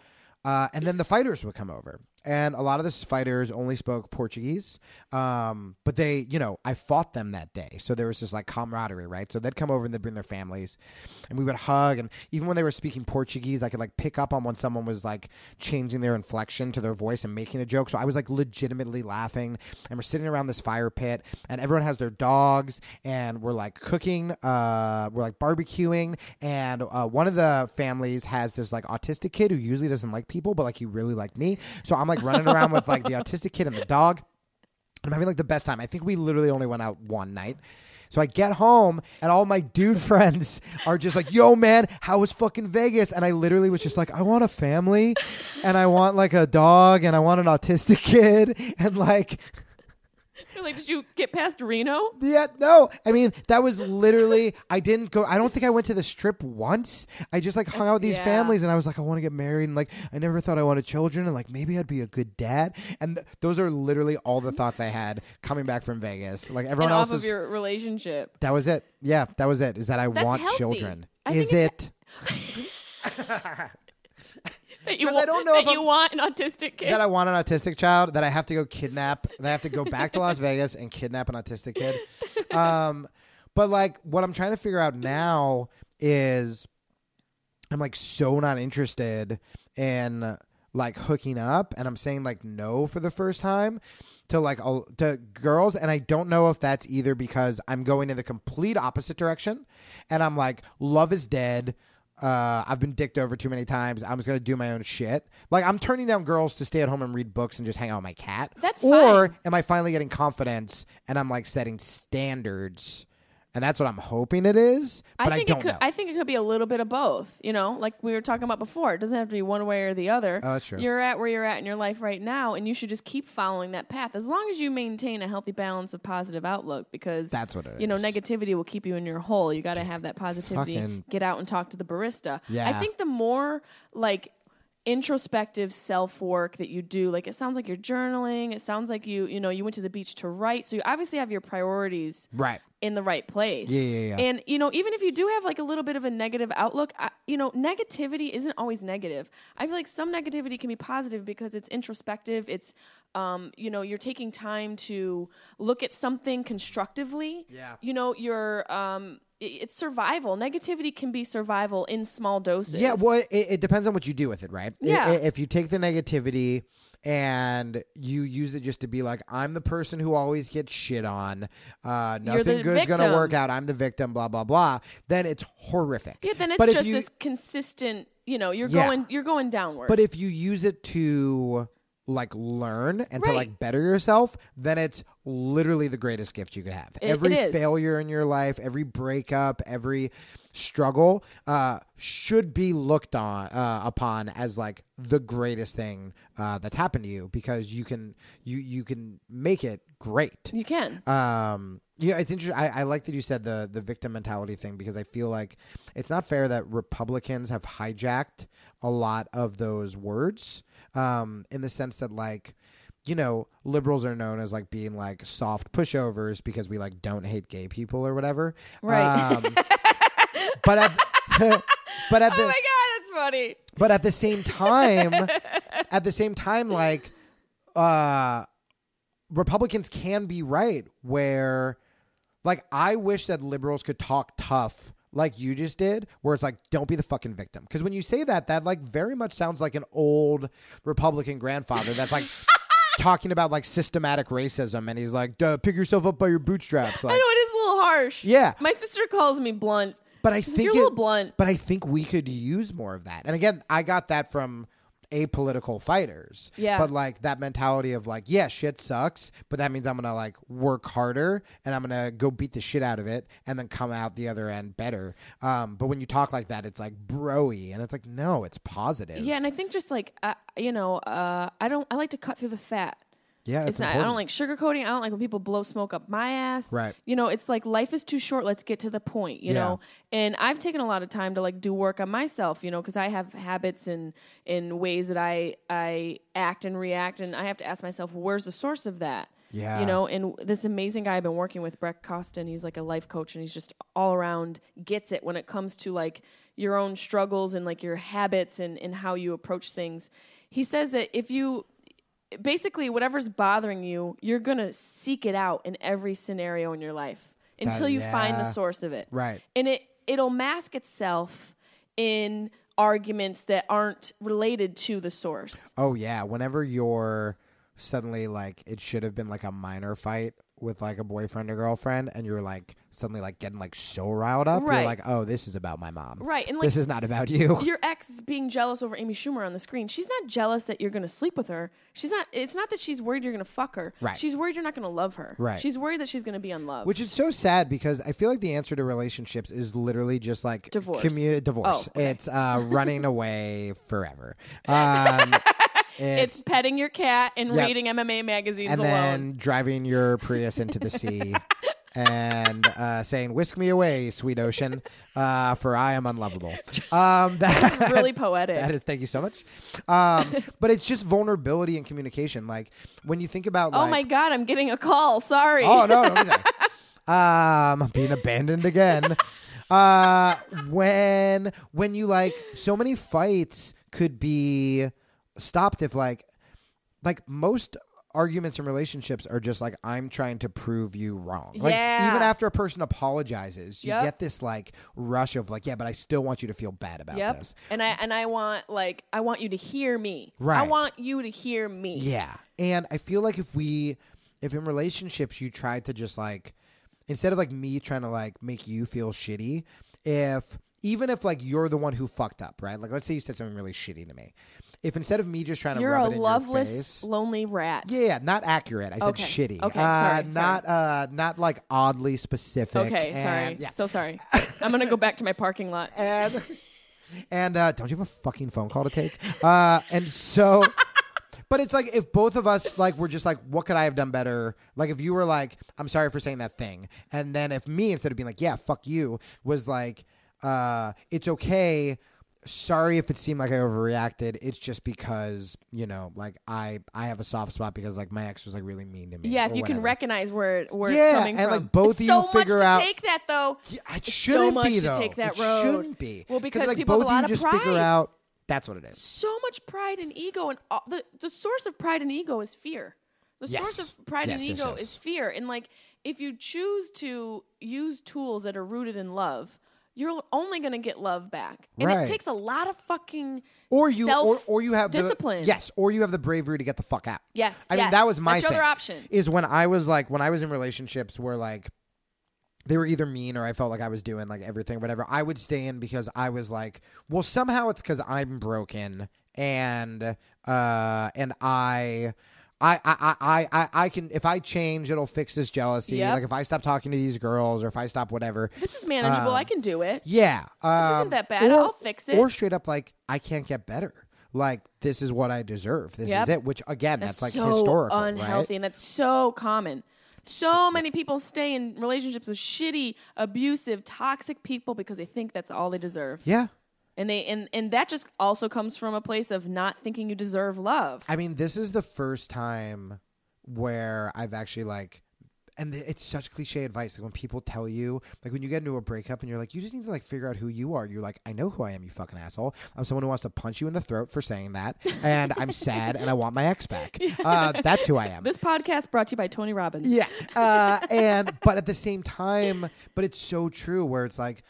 Speaker 2: uh, and then the fighters would come over. And a lot of the fighters only spoke Portuguese. Um, but they, you know, I fought them that day. So there was this like camaraderie, right? So they'd come over and they'd bring their families and we would hug. And even when they were speaking Portuguese, I could like pick up on when someone was like changing their inflection to their voice and making a joke. So I was like legitimately laughing. And we're sitting around this fire pit and everyone has their dogs and we're like cooking, uh, we're like barbecuing. And uh, one of the families has this like autistic kid who usually doesn't like people, but like he really liked me. So I'm like running around with like the autistic kid and the dog. I'm having like the best time. I think we literally only went out one night. So I get home and all my dude friends are just like, "Yo, man, how was fucking Vegas?" And I literally was just like, "I want a family, and I want like a dog, and I want an autistic kid, and like,
Speaker 1: They're like, did you get past Reno?
Speaker 2: yeah, no." I mean, that was literally. I didn't go. I don't think I went to the strip once. I just like hung out with these
Speaker 1: Yeah.
Speaker 2: families, and I was like, "I want to get married," and like, I never thought I wanted children, and like, maybe I'd be a good dad. And th- those are literally all the thoughts I had coming back from Vegas. Like everyone
Speaker 1: And
Speaker 2: else
Speaker 1: off
Speaker 2: is.
Speaker 1: of your relationship.
Speaker 2: That was it. Yeah, that was it. Is that I
Speaker 1: That's
Speaker 2: want
Speaker 1: healthy.
Speaker 2: children?
Speaker 1: I think
Speaker 2: is it?
Speaker 1: That you
Speaker 2: 'Cause I
Speaker 1: want,
Speaker 2: don't know
Speaker 1: that
Speaker 2: if I'm-
Speaker 1: you want an autistic kid.
Speaker 2: That I want an autistic child. That I have to go kidnap. That I have to go back to Las Vegas and kidnap an autistic kid. Um, but like, what I'm trying to figure out now is, I'm like so not interested in like hooking up, and I'm saying like no for the first time to like a, to girls, and I don't know if that's either because I'm going in the complete opposite direction, and I'm like love is dead. Uh, I've been dicked over too many times. I'm just gonna do my own shit. Like I'm turning down girls to stay at home and read books and just hang out with my cat.
Speaker 1: That's
Speaker 2: or
Speaker 1: fine.
Speaker 2: am I finally getting confidence and I'm like setting standards, and that's what I'm hoping it is. But I,
Speaker 1: think
Speaker 2: don't
Speaker 1: it could,
Speaker 2: know.
Speaker 1: I think it could be a little bit of both. You know, like we were talking about before, it doesn't have to be one way or the other.
Speaker 2: Oh, that's true.
Speaker 1: You're at where you're at in your life right now, and you should just keep following that path as long as you maintain a healthy balance of positive outlook. Because
Speaker 2: That's what it
Speaker 1: you know,
Speaker 2: is.
Speaker 1: negativity will keep you in your hole. You got to have that positivity.
Speaker 2: Fucking-
Speaker 1: Get out and talk to the barista. I
Speaker 2: Yeah.
Speaker 1: think the more like introspective self work that you do like it sounds like you're journaling it sounds like you you know you went to the beach to write so you obviously have your priorities
Speaker 2: right.
Speaker 1: in the right place.
Speaker 2: Yeah, yeah, yeah.
Speaker 1: And you know, even if you do have like a little bit of a negative outlook, I, you know, negativity isn't always negative. I feel like some negativity can be positive because it's introspective. It's um, you know, you're taking time to look at something constructively.
Speaker 2: Yeah.
Speaker 1: You know, you're um i- it's survival. Negativity can be survival in small doses.
Speaker 2: Yeah, well, it, it depends on what you do with it, right? I-
Speaker 1: Yeah.
Speaker 2: i- If you take the negativity and you use it just to be like, I'm the person who always gets shit on, uh,
Speaker 1: You're
Speaker 2: nothing
Speaker 1: the
Speaker 2: good's gonna
Speaker 1: victim.
Speaker 2: work out, I'm the victim, blah blah blah, then it's horrific.
Speaker 1: Yeah, then it's
Speaker 2: But if
Speaker 1: just
Speaker 2: you-
Speaker 1: this consistent, you know, you're
Speaker 2: Yeah.
Speaker 1: going you're going downward.
Speaker 2: But if you use it to like learn and to
Speaker 1: Right.
Speaker 2: like better yourself, then it's literally the greatest gift you could have.
Speaker 1: it
Speaker 2: every
Speaker 1: is.
Speaker 2: failure in your life, every breakup, every struggle uh, should be looked on uh, upon as like the greatest thing uh, that's happened to you because you can you you can make it great.
Speaker 1: you can.
Speaker 2: Um, yeah, it's interesting. I, I like that you said the the victim mentality thing because I feel like it's not fair that Republicans have hijacked a lot of those words. Um, in the sense that like, you know, liberals are known as like being like soft pushovers because we like don't hate gay people or whatever.
Speaker 1: Right.
Speaker 2: Um, but at, but at the
Speaker 1: oh my god, that's funny.
Speaker 2: but at the same time at the same time like uh republicans can be right where like i wish that liberals could talk tough like you just did where it's like don't be the fucking victim because when you say that that like very much sounds like an old republican grandfather that's like talking about like systematic racism and he's like Duh, pick yourself up by your bootstraps like
Speaker 1: I know it is a little harsh.
Speaker 2: Yeah.
Speaker 1: My sister calls me blunt.
Speaker 2: But I
Speaker 1: She's like,
Speaker 2: think
Speaker 1: you're a
Speaker 2: it-
Speaker 1: little blunt.
Speaker 2: But I think we could use more of that. And again, I got that from apolitical fighters.
Speaker 1: Yeah.
Speaker 2: But like that mentality of like, yeah, shit sucks, but that means I'm gonna like work harder and I'm gonna go beat the shit out of it and then come out the other end better. Um, but when you talk like that, it's like broy, and it's like no, it's positive.
Speaker 1: Yeah, and I think just like uh, you know, uh, I don't. I like to cut through the fat.
Speaker 2: yeah, it's,
Speaker 1: It's not. I
Speaker 2: important.
Speaker 1: don't like sugarcoating. I don't like when people blow smoke up my ass.
Speaker 2: Right.
Speaker 1: You know, it's like life is too short. Let's get to the point. You
Speaker 2: Yeah.
Speaker 1: know, and I've taken a lot of time to like do work on myself. You know, because I have habits and and ways that I I act and react, and I have to ask myself, where's the source of that?
Speaker 2: Yeah.
Speaker 1: You know, and this amazing guy I've been working with, Breck Costin, he's like a life coach and he's just all around gets it when it comes to like your own struggles and like your habits and, and how you approach things. He says that if you basically whatever's bothering you, you're gonna seek it out in every scenario in your life until you find the
Speaker 2: yeah.
Speaker 1: source of it.
Speaker 2: Right.
Speaker 1: And it it'll mask itself in arguments that aren't related to the source.
Speaker 2: Oh yeah, whenever you're suddenly like it should have been like a minor fight with like a boyfriend or girlfriend and you're like suddenly like getting like so riled up,
Speaker 1: Right.
Speaker 2: you're like, "Oh, this is about my mom."
Speaker 1: Right, and, like-
Speaker 2: this is not about you.
Speaker 1: your ex is being jealous over Amy Schumer on the screen. She's not jealous that you're going to sleep with her. She's not. It's not that she's worried you're going to fuck her.
Speaker 2: Right.
Speaker 1: She's worried you're not going to love her.
Speaker 2: Right.
Speaker 1: She's worried that she's going to be unloved.
Speaker 2: Which is so sad because I feel like the answer to relationships is literally just like
Speaker 1: Divorce.
Speaker 2: commu- divorce.
Speaker 1: Oh, okay.
Speaker 2: It's uh, running away forever. Um,
Speaker 1: it's, petting your cat and
Speaker 2: Yep.
Speaker 1: reading MMA magazines
Speaker 2: and
Speaker 1: alone.
Speaker 2: then driving your Prius into the sea and uh, saying, "Whisk me away, sweet ocean, uh, for I am unlovable." Um, that,
Speaker 1: really poetic.
Speaker 2: that is, thank you so much. Um, but it's just vulnerability and communication. Like when you think about,
Speaker 1: oh
Speaker 2: like,
Speaker 1: my god, I'm getting a call. Sorry.
Speaker 2: Oh no, no, no. um, I'm being abandoned again. Uh, when when you like so many fights could be stopped if like like most arguments in relationships are just like I'm trying to prove you wrong. Like
Speaker 1: Yeah.
Speaker 2: even after a person apologizes, you
Speaker 1: Yep.
Speaker 2: get this like rush of like yeah, but I still want you to feel bad about
Speaker 1: Yep.
Speaker 2: this.
Speaker 1: And I and I want like I want you to hear me. I
Speaker 2: Right.
Speaker 1: want you to hear me.
Speaker 2: Yeah. And I feel like if we if in relationships you tried to just like instead of like me trying to like make you feel shitty, if even if like you're the one who fucked up, right? Like let's say you said something really shitty to me. If instead of me just trying to
Speaker 1: You're
Speaker 2: rub
Speaker 1: a
Speaker 2: it in your
Speaker 1: loveless,
Speaker 2: face,
Speaker 1: lonely rat.
Speaker 2: yeah, yeah, not accurate. I said
Speaker 1: Okay.
Speaker 2: shitty.
Speaker 1: Okay,
Speaker 2: uh,
Speaker 1: sorry, sorry.
Speaker 2: Not uh not like oddly specific.
Speaker 1: Okay, sorry.
Speaker 2: and- Yeah.
Speaker 1: So sorry. I'm gonna go back to my parking lot.
Speaker 2: and and uh, don't you have a fucking phone call to take? Uh, and so, but it's like if both of us like were just like, what could I have done better? Like if you were like, I'm sorry for saying that thing, and then if me instead of being like, yeah, fuck you, was like, uh, it's okay. sorry if it seemed like I overreacted. It's just because you know, like I I have a soft spot because like my ex was like really mean to me.
Speaker 1: Yeah,
Speaker 2: or
Speaker 1: if you can
Speaker 2: whatever.
Speaker 1: recognize where it- where
Speaker 2: Yeah,
Speaker 1: it's coming
Speaker 2: and,
Speaker 1: from.
Speaker 2: like, both
Speaker 1: It's
Speaker 2: of you
Speaker 1: so much
Speaker 2: figure out-
Speaker 1: to take that though.
Speaker 2: Yeah, It
Speaker 1: It's
Speaker 2: shouldn't
Speaker 1: so much
Speaker 2: be
Speaker 1: to
Speaker 2: though.
Speaker 1: take that
Speaker 2: it
Speaker 1: road.
Speaker 2: shouldn't be.
Speaker 1: Well, because
Speaker 2: like
Speaker 1: people have
Speaker 2: both
Speaker 1: a lot
Speaker 2: of you
Speaker 1: of
Speaker 2: just figure
Speaker 1: pride.
Speaker 2: out that's what it is.
Speaker 1: So much pride and ego, and all, the the source of pride and ego is fear. The source
Speaker 2: Yes.
Speaker 1: of pride
Speaker 2: Yes,
Speaker 1: and
Speaker 2: yes,
Speaker 1: ego
Speaker 2: yes.
Speaker 1: is fear, and like if you choose to use tools that are rooted in love, you're only going to get love back, and
Speaker 2: Right.
Speaker 1: it takes a lot of fucking
Speaker 2: Or you or,
Speaker 1: self-
Speaker 2: or you have
Speaker 1: discipline.
Speaker 2: The, yes, or you have the bravery to get the fuck out.
Speaker 1: Yes,
Speaker 2: I mean
Speaker 1: yes.
Speaker 2: that was my
Speaker 1: That's your
Speaker 2: thing,
Speaker 1: other option.
Speaker 2: Is when I was like when I was in relationships where like they were either mean or I felt like I was doing like everything, whatever. I would stay in because I was like, well, somehow it's because I'm broken and uh and I. I, I, I, I, I can if I change it'll fix this jealousy.
Speaker 1: Yep.
Speaker 2: Like if I stop talking to these girls or if I stop whatever.
Speaker 1: This is manageable. I can do it.
Speaker 2: um, Yeah. Um,
Speaker 1: isn't that bad. I'll fix it.
Speaker 2: Or straight up like, I can't get better. Like this is what I deserve. This
Speaker 1: Yep.
Speaker 2: is it. Which again, that's, like
Speaker 1: so
Speaker 2: historical.
Speaker 1: unhealthy,
Speaker 2: Right?
Speaker 1: and that's so common. So many people stay in relationships with shitty, abusive, toxic people because they think that's all they deserve.
Speaker 2: Yeah.
Speaker 1: And they and, and that just also comes from a place of not thinking you deserve love.
Speaker 2: I mean, this is the first time where I've actually like, and th- it's such cliche advice. Like when people tell you, like when you get into a breakup and you're like, you just need to like figure out who you are. You're like, I know who I am, you fucking asshole. I'm someone who wants to punch you in the throat for saying that, and I'm sad, and I want my ex back. Uh, that's who I am.
Speaker 1: This podcast brought to you by Tony Robbins.
Speaker 2: Yeah. Uh, and but at the same time, but it's so true where it's like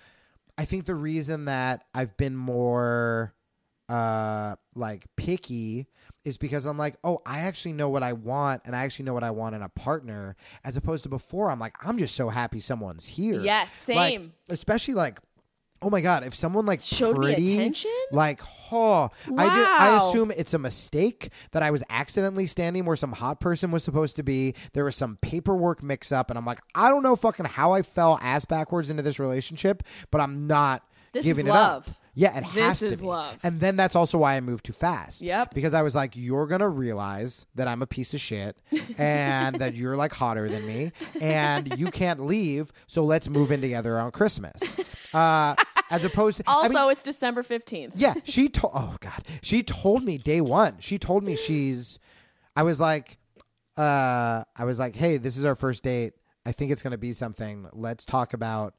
Speaker 2: I think the reason that I've been more uh like picky is because I'm like, "Oh, I actually know what I want and I actually know what I want in a partner." As opposed to before, I'm like, "I'm just so happy someone's here."
Speaker 1: Yes,
Speaker 2: Like,
Speaker 1: same.
Speaker 2: especially like Oh my god! If someone like
Speaker 1: Showed me
Speaker 2: pretty,
Speaker 1: attention?
Speaker 2: like, oh, I, ju- I
Speaker 1: Wow.
Speaker 2: assume assume it's a mistake that I was accidentally standing where some hot person was supposed to be. There was some paperwork mix up, and I'm like, I don't know fucking how I fell ass backwards into this relationship, but I'm not
Speaker 1: This is
Speaker 2: giving it
Speaker 1: love.
Speaker 2: up. Yeah, it
Speaker 1: This
Speaker 2: has to
Speaker 1: is
Speaker 2: be.
Speaker 1: love.
Speaker 2: And then that's also why I moved too fast.
Speaker 1: Yep.
Speaker 2: Because I was like, you're gonna realize that I'm a piece of shit and that you're like hotter than me and you can't leave, so let's move in together on Christmas. Uh, as opposed to I
Speaker 1: Also,
Speaker 2: mean,
Speaker 1: it's December fifteenth.
Speaker 2: yeah, she told. Oh God, she told me day one. She told me she's. I was like, uh, I was like, hey, this is our first date. I think it's gonna be something. Let's talk about.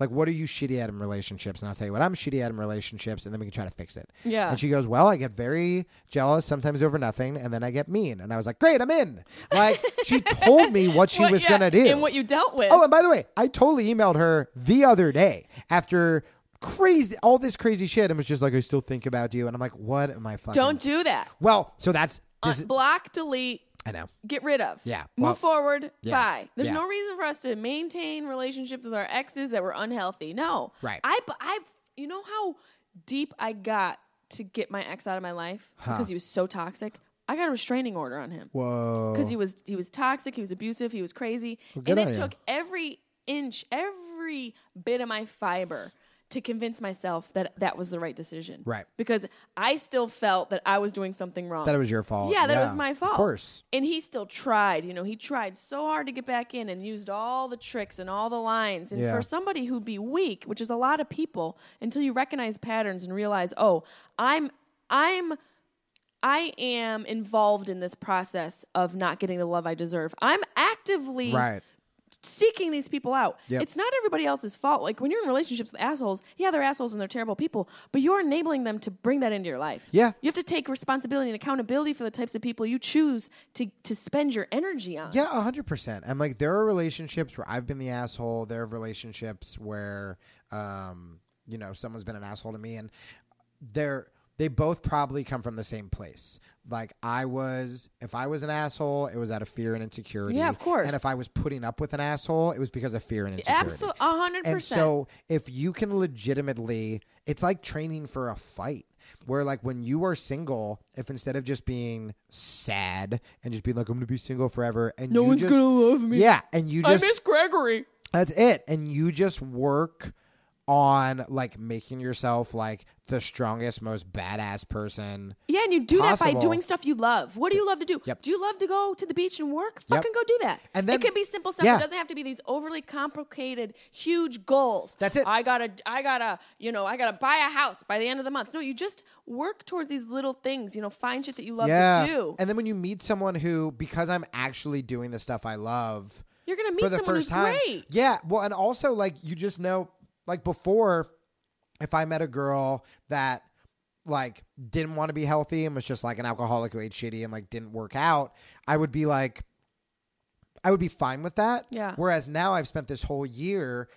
Speaker 2: Like, what are you shitty at in relationships? And I'll tell you what I'm shitty at in relationships, and then we can try to fix it.
Speaker 1: Yeah.
Speaker 2: And she goes, Well, I get very jealous sometimes over nothing, and then I get mean. And I was like, Great, I'm in. Like, she told me what she was going to do.
Speaker 1: and what you dealt with.
Speaker 2: Oh, and by the way, I totally emailed her the other day after crazy all this crazy shit and was just like, I still think about you. And I'm like, what am I fucking
Speaker 1: Don't do Uh, that.
Speaker 2: Well, so that's this
Speaker 1: Un- block, delete,
Speaker 2: I know.
Speaker 1: get rid of.
Speaker 2: Yeah,
Speaker 1: Move
Speaker 2: well-
Speaker 1: forward.
Speaker 2: Yeah,
Speaker 1: Bye. There's
Speaker 2: yeah.
Speaker 1: no reason for us to maintain relationships with our exes that were unhealthy. No.
Speaker 2: Right.
Speaker 1: I I've you know how deep I got to get my ex out of my life because he was so toxic. I got a restraining order on him
Speaker 2: Whoa.
Speaker 1: because he was he was toxic, he was abusive, he was crazy,
Speaker 2: good
Speaker 1: and
Speaker 2: on
Speaker 1: it
Speaker 2: you.
Speaker 1: took every inch, every bit of my fiber to convince myself that that was the right decision.
Speaker 2: Right.
Speaker 1: Because I still felt that I was doing something wrong.
Speaker 2: That it was your fault.
Speaker 1: Yeah, that it was my fault.
Speaker 2: Of course.
Speaker 1: And he still tried. You know, he tried so hard to get back in and used all the tricks and all the lines. And
Speaker 2: Yeah.
Speaker 1: for somebody who'd be weak, which is a lot of people, until you recognize patterns and realize, oh, I'm, I'm. I am involved in this process of not getting the love I deserve. I'm actively
Speaker 2: Right.
Speaker 1: seeking these people out.
Speaker 2: Yep.
Speaker 1: It's not everybody else's fault. Like when you're in relationships with assholes, yeah, they're assholes and they're terrible people, but you're enabling them to bring that into your life.
Speaker 2: Yeah.
Speaker 1: You have to take responsibility and accountability for the types of people you choose to, to spend your energy on.
Speaker 2: Yeah, hundred percent. And like there are relationships where I've been the asshole. There are relationships where um, you know, someone's been an asshole to me and they're they both probably come from the same place. Like I was if I was an asshole, it was out of fear and insecurity.
Speaker 1: Yeah, of course.
Speaker 2: And if I was putting up with an asshole, it was because of fear and insecurity.
Speaker 1: Absolutely. A hundred
Speaker 2: And
Speaker 1: percent.
Speaker 2: so if you can legitimately, it's like training for a fight. Where like when you are single, if instead of just being sad and just being like I'm gonna be single forever, and
Speaker 1: No
Speaker 2: you
Speaker 1: one's
Speaker 2: just-
Speaker 1: gonna love me.
Speaker 2: yeah, and you just
Speaker 1: I miss Gregory.
Speaker 2: that's it, and you just work on like making yourself like the strongest, most badass person.
Speaker 1: Yeah, and you do that by
Speaker 2: Possible.
Speaker 1: doing stuff you love. What do you love to do?
Speaker 2: Yep.
Speaker 1: Do you love to go to the beach and work? Fucking go do that.
Speaker 2: And then-
Speaker 1: it can be simple stuff.
Speaker 2: Yeah.
Speaker 1: It doesn't have to be these overly complicated, huge goals.
Speaker 2: That's it.
Speaker 1: I gotta, I gotta, you know, I gotta buy a house by the end of the month. No, you just work towards these little things. You know, find shit that you love
Speaker 2: yeah.
Speaker 1: to do.
Speaker 2: And then when you meet someone who, because I'm actually doing the stuff I love,
Speaker 1: You're gonna
Speaker 2: for
Speaker 1: meet
Speaker 2: the
Speaker 1: someone
Speaker 2: first
Speaker 1: who's
Speaker 2: time.
Speaker 1: great.
Speaker 2: Yeah. Well, and also like you just know, like before, if I met a girl that like didn't want to be healthy and was just like an alcoholic who ate shitty and like didn't work out, I would be like, I would be fine with that.
Speaker 1: Yeah.
Speaker 2: Whereas now I've spent this whole year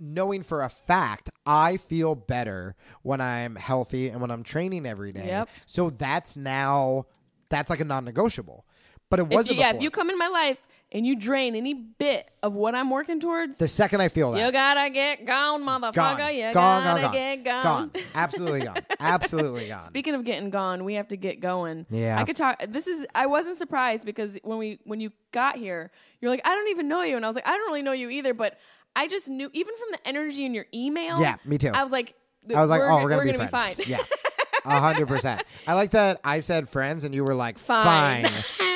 Speaker 2: knowing for a fact I feel better when I'm healthy and when I'm training every day.
Speaker 1: Yep.
Speaker 2: So that's now that's like a non-negotiable. But it
Speaker 1: If
Speaker 2: wasn't
Speaker 1: you, yeah, if
Speaker 2: before.
Speaker 1: you come in my life and you drain any bit of what I'm working towards,
Speaker 2: the second I feel that
Speaker 1: you gotta get gone, motherfucker.
Speaker 2: gone.
Speaker 1: You
Speaker 2: gone,
Speaker 1: gotta
Speaker 2: gone, gone.
Speaker 1: get gone.
Speaker 2: Absolutely gone. Absolutely gone.
Speaker 1: Speaking of getting gone, we have to get going.
Speaker 2: Yeah.
Speaker 1: I could talk. This is. I wasn't surprised because when we when you got here, you're like, I don't even know you, and I was like, I don't really know you either. But I just knew, even from the energy in your email.
Speaker 2: Yeah, me too.
Speaker 1: I was like,
Speaker 2: I was like, oh,
Speaker 1: g-
Speaker 2: we're gonna, be friends.
Speaker 1: fine.
Speaker 2: Yeah. A hundred percent. I like that I said friends and you were like
Speaker 1: Fine.
Speaker 2: fine.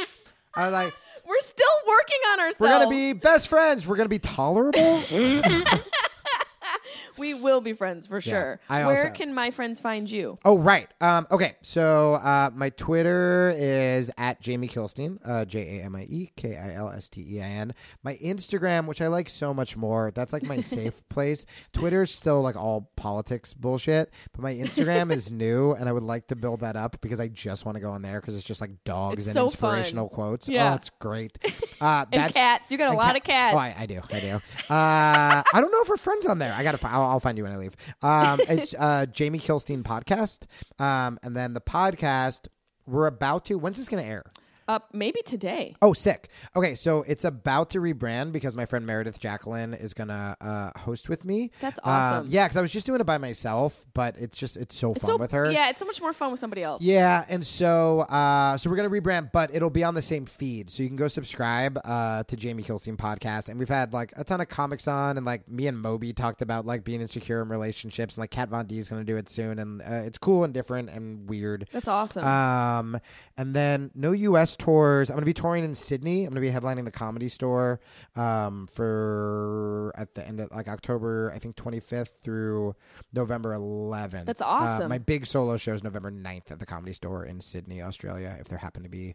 Speaker 2: I was like,
Speaker 1: we're still working on ourselves.
Speaker 2: we're gonna be best friends. We're gonna be tolerable.
Speaker 1: We will be friends for sure.
Speaker 2: I
Speaker 1: Where
Speaker 2: also-
Speaker 1: can my friends find you?
Speaker 2: Oh right. Um, okay. So uh, my Twitter is at Jamie Kilstein. Uh, J A M I E K I L S T E I N. My Instagram, which I like so much more, that's like my safe place. Twitter's still like all politics bullshit, but my Instagram is new, and I would like to build that up because I just want to go on there because it's just like dogs
Speaker 1: It's
Speaker 2: and
Speaker 1: so fun.
Speaker 2: inspirational quotes.
Speaker 1: Yeah.
Speaker 2: Oh, it's great. Uh,
Speaker 1: And
Speaker 2: that's,
Speaker 1: cats. You got a
Speaker 2: and
Speaker 1: lot
Speaker 2: cat-
Speaker 1: of cats.
Speaker 2: Oh, I, I do. I do. Uh, I don't know if we're friends on there. I gotta. Fi- I'll, I'll find you when I leave. Um, it's uh, Jamie Kilstein podcast, um, and then the podcast we're about to. When's this gonna air?
Speaker 1: Up maybe today.
Speaker 2: Oh, sick. Okay, so it's about to rebrand because my friend Meredith Jacqueline is gonna uh, host with me.
Speaker 1: That's
Speaker 2: Um,
Speaker 1: awesome.
Speaker 2: yeah, because I was just doing it by myself, but it's just it's so fun
Speaker 1: so,
Speaker 2: with her.
Speaker 1: Yeah, it's so much more fun with somebody else.
Speaker 2: Yeah, and so uh, so we're gonna rebrand, but it'll be on the same feed, so you can go subscribe uh, to Jamie Kilstein podcast. And we've had like a ton of comics on, and like me and Moby talked about like being insecure in relationships, and like Kat Von D is gonna do it soon, and uh, it's cool and different and weird.
Speaker 1: That's awesome.
Speaker 2: Um, and then no U.S. tours. I'm gonna be touring in Sydney. I'm gonna be headlining the Comedy Store um, for at the end of like October, I think 25th through November 11th.
Speaker 1: That's
Speaker 2: Uh,
Speaker 1: awesome.
Speaker 2: my big solo show is November 9th at the Comedy Store in Sydney, Australia. If there happen to be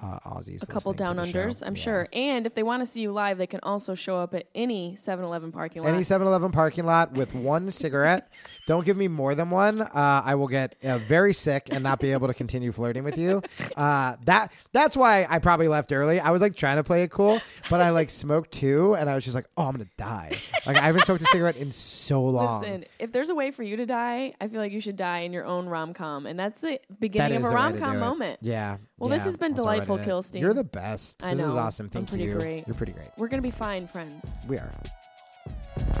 Speaker 2: uh, Aussies,
Speaker 1: a couple
Speaker 2: listening to
Speaker 1: down
Speaker 2: the show.
Speaker 1: unders, I'm
Speaker 2: Yeah.
Speaker 1: sure. And if they want to see you live, they can also show up at any 7-Eleven parking lot.
Speaker 2: Any 7 Eleven parking lot with one cigarette. Don't give me more than one. Uh, I will get uh, very sick and not be able to continue flirting with you. Uh, that That's why I probably left early. I was like trying to play it cool, but I like smoked two and I was just like, oh, I'm going to die. Like, I haven't smoked a cigarette in so long.
Speaker 1: Listen, if there's a way for you to die, I feel like you should die in your own rom com, and that's the
Speaker 2: That
Speaker 1: beginning
Speaker 2: is
Speaker 1: of a
Speaker 2: the way
Speaker 1: rom
Speaker 2: to
Speaker 1: com
Speaker 2: do it.
Speaker 1: moment.
Speaker 2: Yeah.
Speaker 1: Well, this
Speaker 2: yeah.
Speaker 1: has been
Speaker 2: Also right
Speaker 1: delightful,
Speaker 2: in it.
Speaker 1: Kilstein.
Speaker 2: You're the best.
Speaker 1: I
Speaker 2: this is
Speaker 1: know.
Speaker 2: awesome.
Speaker 1: I'm
Speaker 2: Thank
Speaker 1: pretty
Speaker 2: you.
Speaker 1: great.
Speaker 2: You're pretty great.
Speaker 1: We're gonna be fine, friends.
Speaker 2: We are out.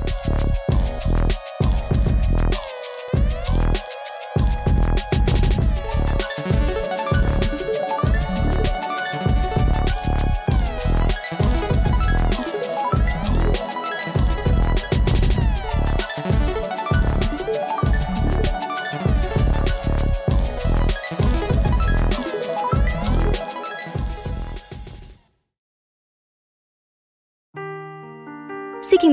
Speaker 4: Seeking